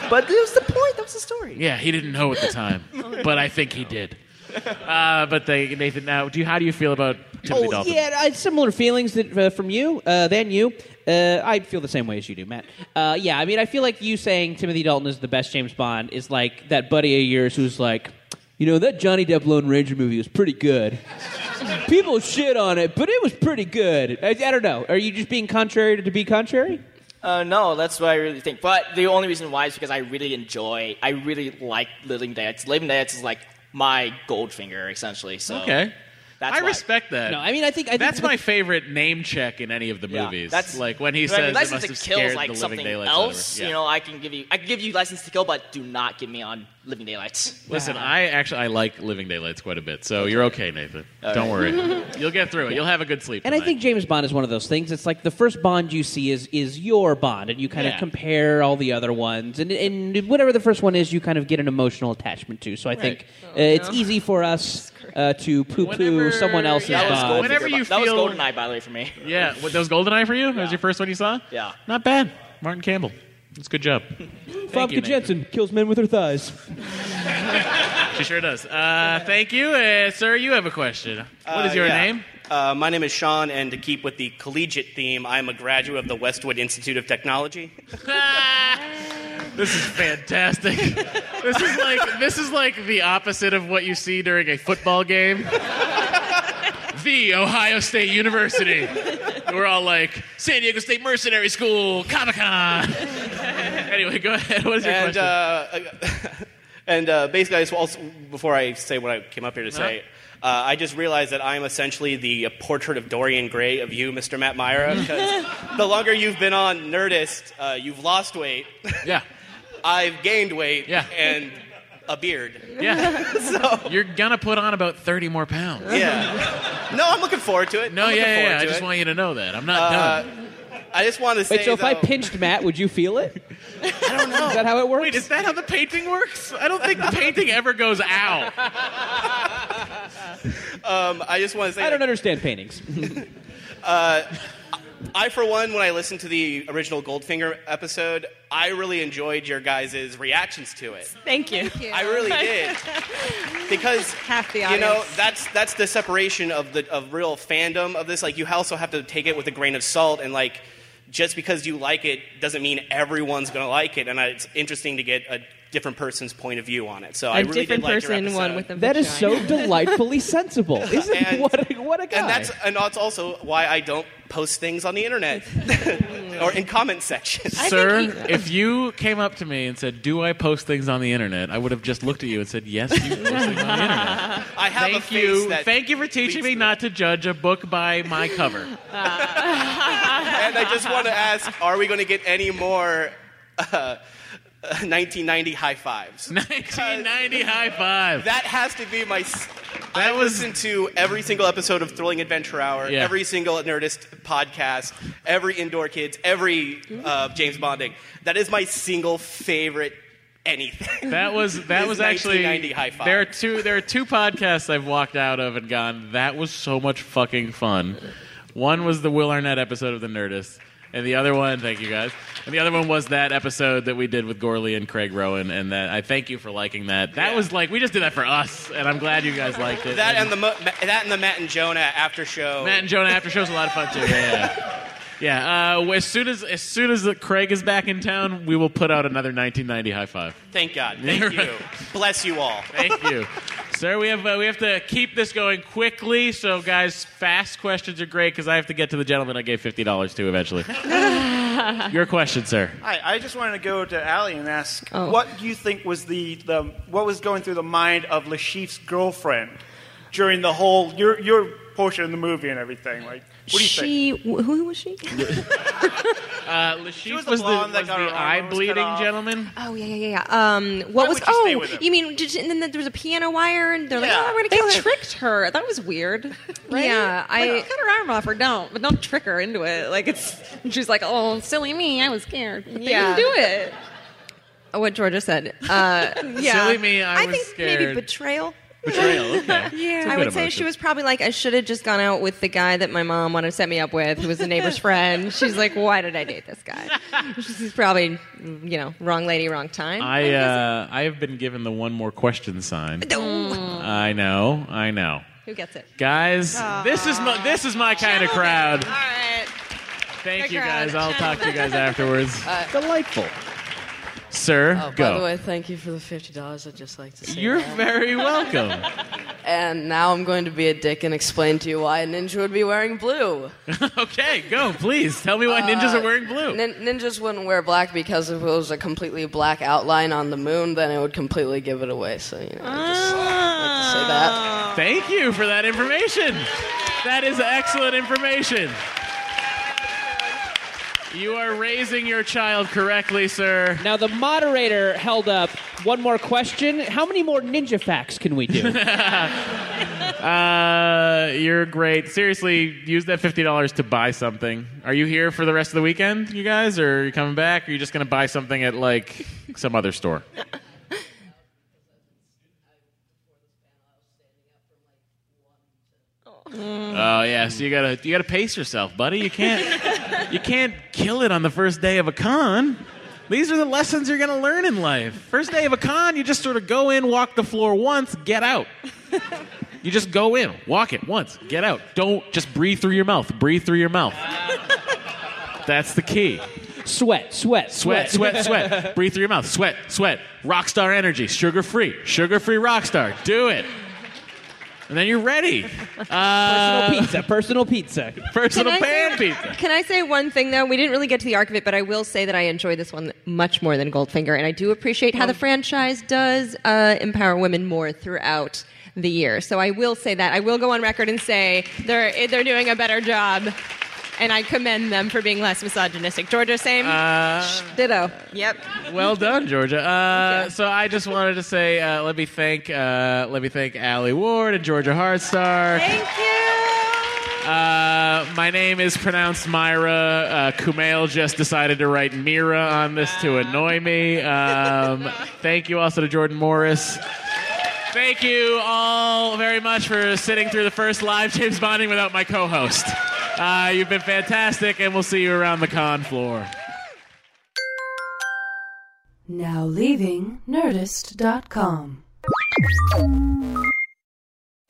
But that was the point. That was the story.
Yeah, he didn't know at the <laughs>
<laughs>
time, but I think he did. Uh, but they, Nathan, now, do you, how do you feel about Timothy
oh,
Dalton?
yeah, I had similar feelings that, uh, from you uh, than you. Uh, I feel the same way as you do, Matt. Uh, yeah, I mean, I feel like you saying Timothy Dalton is the best James Bond is like that buddy of yours who's like, you know, that Johnny Depp Lone Ranger movie was pretty good. People shit on it, but it was pretty good. I, I don't know. Are you just being contrary to be contrary?
Uh, no, that's what I really think. But the only reason why is because I really enjoy, I really like Living Daylights. Living Daylights is like my gold finger, essentially. So
Okay.
that's
I
why.
respect that.
No, I mean, I think- I think
that's
the-
my favorite name check in any of the movies.
that's
like when he
But I mean,
says it
license
must
to
have
kill
scared
is like
the living
something
daylights out of
else.
her. Yeah.
You know, I can give you, I can give you license to kill, but do not get me on Living Daylights.
<laughs> Listen, I actually I like Living Daylights quite a bit, so you're okay, Nathan.
All
Don't
<laughs>
right.
worry, you'll get through it. You'll have a good sleep.
And I think James Bond is one of those things. It's like the first Bond you see is is your Bond, and you kind
Yeah.
of compare all the other ones, and and whatever the first one is, you kind of get an emotional attachment to. So I think
Oh,
uh, it's easy for us uh, to poo poo someone else's
that was
Bond.
gold. that was Goldeneye, by the way, for me.
Yeah, what, that
<laughs>
was Goldeneye for you. That was your first one you saw.
Yeah.
Not bad, Martin Campbell. It's a good
<laughs>
job. Thank you,
Fabke
Nathan.
Jensen kills men with her thighs.
She sure does. Uh, thank you, uh, sir. You have a question. What is
Uh,
your
yeah.
name?
Uh, my name is Sean, and to keep with the collegiate theme, I'm a graduate of the Westwood Institute of Technology.
This is fantastic. <laughs> this is like this is like the opposite of what you see during a football game. <laughs> the Ohio State University. We're all like San Diego State Mercenary School, Comic Con. <laughs> anyway, go ahead. What is your
and,
question?
Uh, and uh, basically, I just also, before I say what I came up here to
Uh-huh.
say, uh, I just realized that I'm essentially the uh, portrait of Dorian Gray of you, Mr. Matt
<laughs>
Myra. 'cause the longer you've been on Nerdist, uh, you've lost weight.
Yeah.
<laughs> I've gained weight.
Yeah.
And a beard.
yeah. You're gonna put on about thirty more pounds.
<laughs> Yeah. No, I'm looking forward to it.
No,
I'm
yeah,
looking
yeah,
forward
yeah. I
to
just
it.
want you to know that. I'm not
Uh,
done.
I just want to say.
Wait, so if I
though-
pinched Matt, would you feel it?
I don't know.
Is that how it works?
Wait, is that how the painting works? I don't think the painting ever goes out.
Um, I just want to say.
I don't understand paintings.
<laughs> Uh, I, for one, when I listened to the original Goldfinger episode, I really enjoyed your guys' reactions to it.
Thank you.
I really did. Because
half the
You
audience.
know, that's that's the separation of the of real fandom of this. Like, you also have to take it with a grain of salt, and like, just because you like it doesn't mean everyone's going to like it. And I, it's interesting to get a different person's point of view on it. So I
a
really
different
did like your
person,
episode.
one with a
That is so
vagina. <laughs>
<laughs> delightfully
<laughs>
sensible. Isn't
And-
what a, what a guy?
And that's and that's also why I don't post things on the internet
Hmm.
<laughs> or in comment sections.
Sir, if you came up to me and said, "Do I post things on the internet?" I would have just looked at you and said, "Yes, you post things on the internet."
<laughs> I have a
Thank
face
you,
that
thank you for teaching me not to judge a book by my
<laughs>
cover.
and I just want to ask: Are we going to get any more uh, 1990 high fives?
1990 high five.
That has to be my. s- I listen to every single episode of Thrilling Adventure Hour,
Yeah.
every single Nerdist podcast, every Indoor Kids, every uh, James Bonding. That is my single favorite anything.
That was that
<laughs> Is
was actually
1990 high five.
there are two there are two podcasts I've walked out of and gone. That was so much fucking fun. One was the Will Arnett episode of The Nerdist, and the other one, thank you guys, and the other one was that episode that we did with Gorley and Craig Rowan. And that I thank you for liking that. That was like we just did that for us, and I'm glad you guys liked it.
That and the Mo- Ma- that and the Matt and Jonah after show.
Matt and Jonah after show's a lot of fun too. Yeah. Yeah, uh, as soon as as soon as Craig is back in town, we will put out another 1990 high five.
<laughs> Thank God. Thank you. Bless you all.
Thank
<laughs>
you. Sir, we have uh, we have to keep this going quickly. So, guys, fast questions are great because I have to get to the gentleman I gave fifty dollars to eventually. <sighs> Your question, sir.
Hi, I just wanted to go to Allie and ask
Oh.
what do you think was the, the what was going through the mind of Lashif's girlfriend during the whole you're you're
portion of the movie and everything. Like, what do you think?
she, wh- who was she?
Uh, Lashif was,
the
the,
blonde that
was
got
the
her
eye bleeding gentleman.
Oh yeah, yeah, yeah, yeah. Um, what was?
would you
oh,
stay with him?
you mean? Did, you- and then there was a piano wire, and they're like, "Oh, we're gonna
they
kill her."
tricked her. That was
<laughs>
weird. Right?
Yeah,
Like,
I-
cut her arm off or don't, but don't trick her into it. Like it's she's like, oh, silly me, I was scared. But
Yeah.
They didn't do it.
What Georgia said.
<laughs> Uh, yeah.
Silly me, I
I
was
think maybe
scared.
betrayal.
<laughs>
Betrayal, okay.
<laughs>
Yeah, I would say she was probably like, I should have just gone out with the guy that my mom wanted to set me up with, who was
<laughs>
a neighbor's friend. She's like, why did I date this <laughs> guy? She's probably, you know, wrong lady, wrong time.
I uh, I have been given the one more question sign. I know, I know.
Who gets it?
Guys,
Aw.
this is my this is my kind of crowd.
right.
Thank you guys. I'll talk to you
<laughs>
guys afterwards.
Uh,
Delightful. Sir,
Oh,
go.
by the way, thank you for the fifty dollars. I'd just like to say
You're
that.
very welcome.
<laughs> And now I'm going to be a dick and explain to you why a ninja would be wearing blue.
<laughs> okay, go, please. Tell me why ninjas
Uh,
are wearing blue.
Nin- ninjas wouldn't wear black because if it was a completely black outline on the moon, then it would completely give it away. So you know,
Ah,
I just like
Thank
to say that.
you for that information. That is excellent information. You are raising your child correctly, sir.
Now the moderator held up one more question. How many more ninja facts can we do?
<laughs> uh, you're great. Seriously, use that fifty dollars to buy something. Are you here for the rest of the weekend, you guys, or are you coming back? Or are you just gonna buy something at like some other store?
<laughs>
Oh
Uh,
yeah, so you gotta you gotta pace yourself, buddy. You can't you can't kill it on the first day of a con. These are the lessons you're gonna learn in life. First day of a con, you just sort of go in, walk the floor once, get out. You just go in, walk it once, get out. Don't just breathe through your mouth. Breathe through your mouth. That's the key.
Sweat, sweat,
sweat, sweat,
sweat.
sweat. breathe through your mouth. Sweat, sweat. Rockstar energy, sugar free, sugar free rockstar. Do it. And then you're ready. Uh,
personal pizza. Personal pizza.
Personal
Can I
pan
say-
pizza.
Can I say one thing though? We didn't really get to the arc of it, but I will say that I enjoy this one much more than Goldfinger, and I do appreciate how the franchise does uh, empower women more throughout the year. So I will say that I will go on record and say they're eh, they're doing a better job, and I commend them for being less misogynistic. Georgia, same.
Uh,
Ditto. Yep.
Well done, Georgia. Uh, so I just wanted to say, uh, let me thank, uh, let me thank Allie Ward and Georgia Hardstar. Thank
you.
Uh, my name is pronounced Myra. Uh, Kumail just decided to write Mira on this to annoy me. Um, thank you also to Jordan Morris. Thank you all very much for sitting through the first live James Bonding without my co-host. Uh, you've been fantastic, and we'll see you around the con floor.
Now leaving Nerdist.com.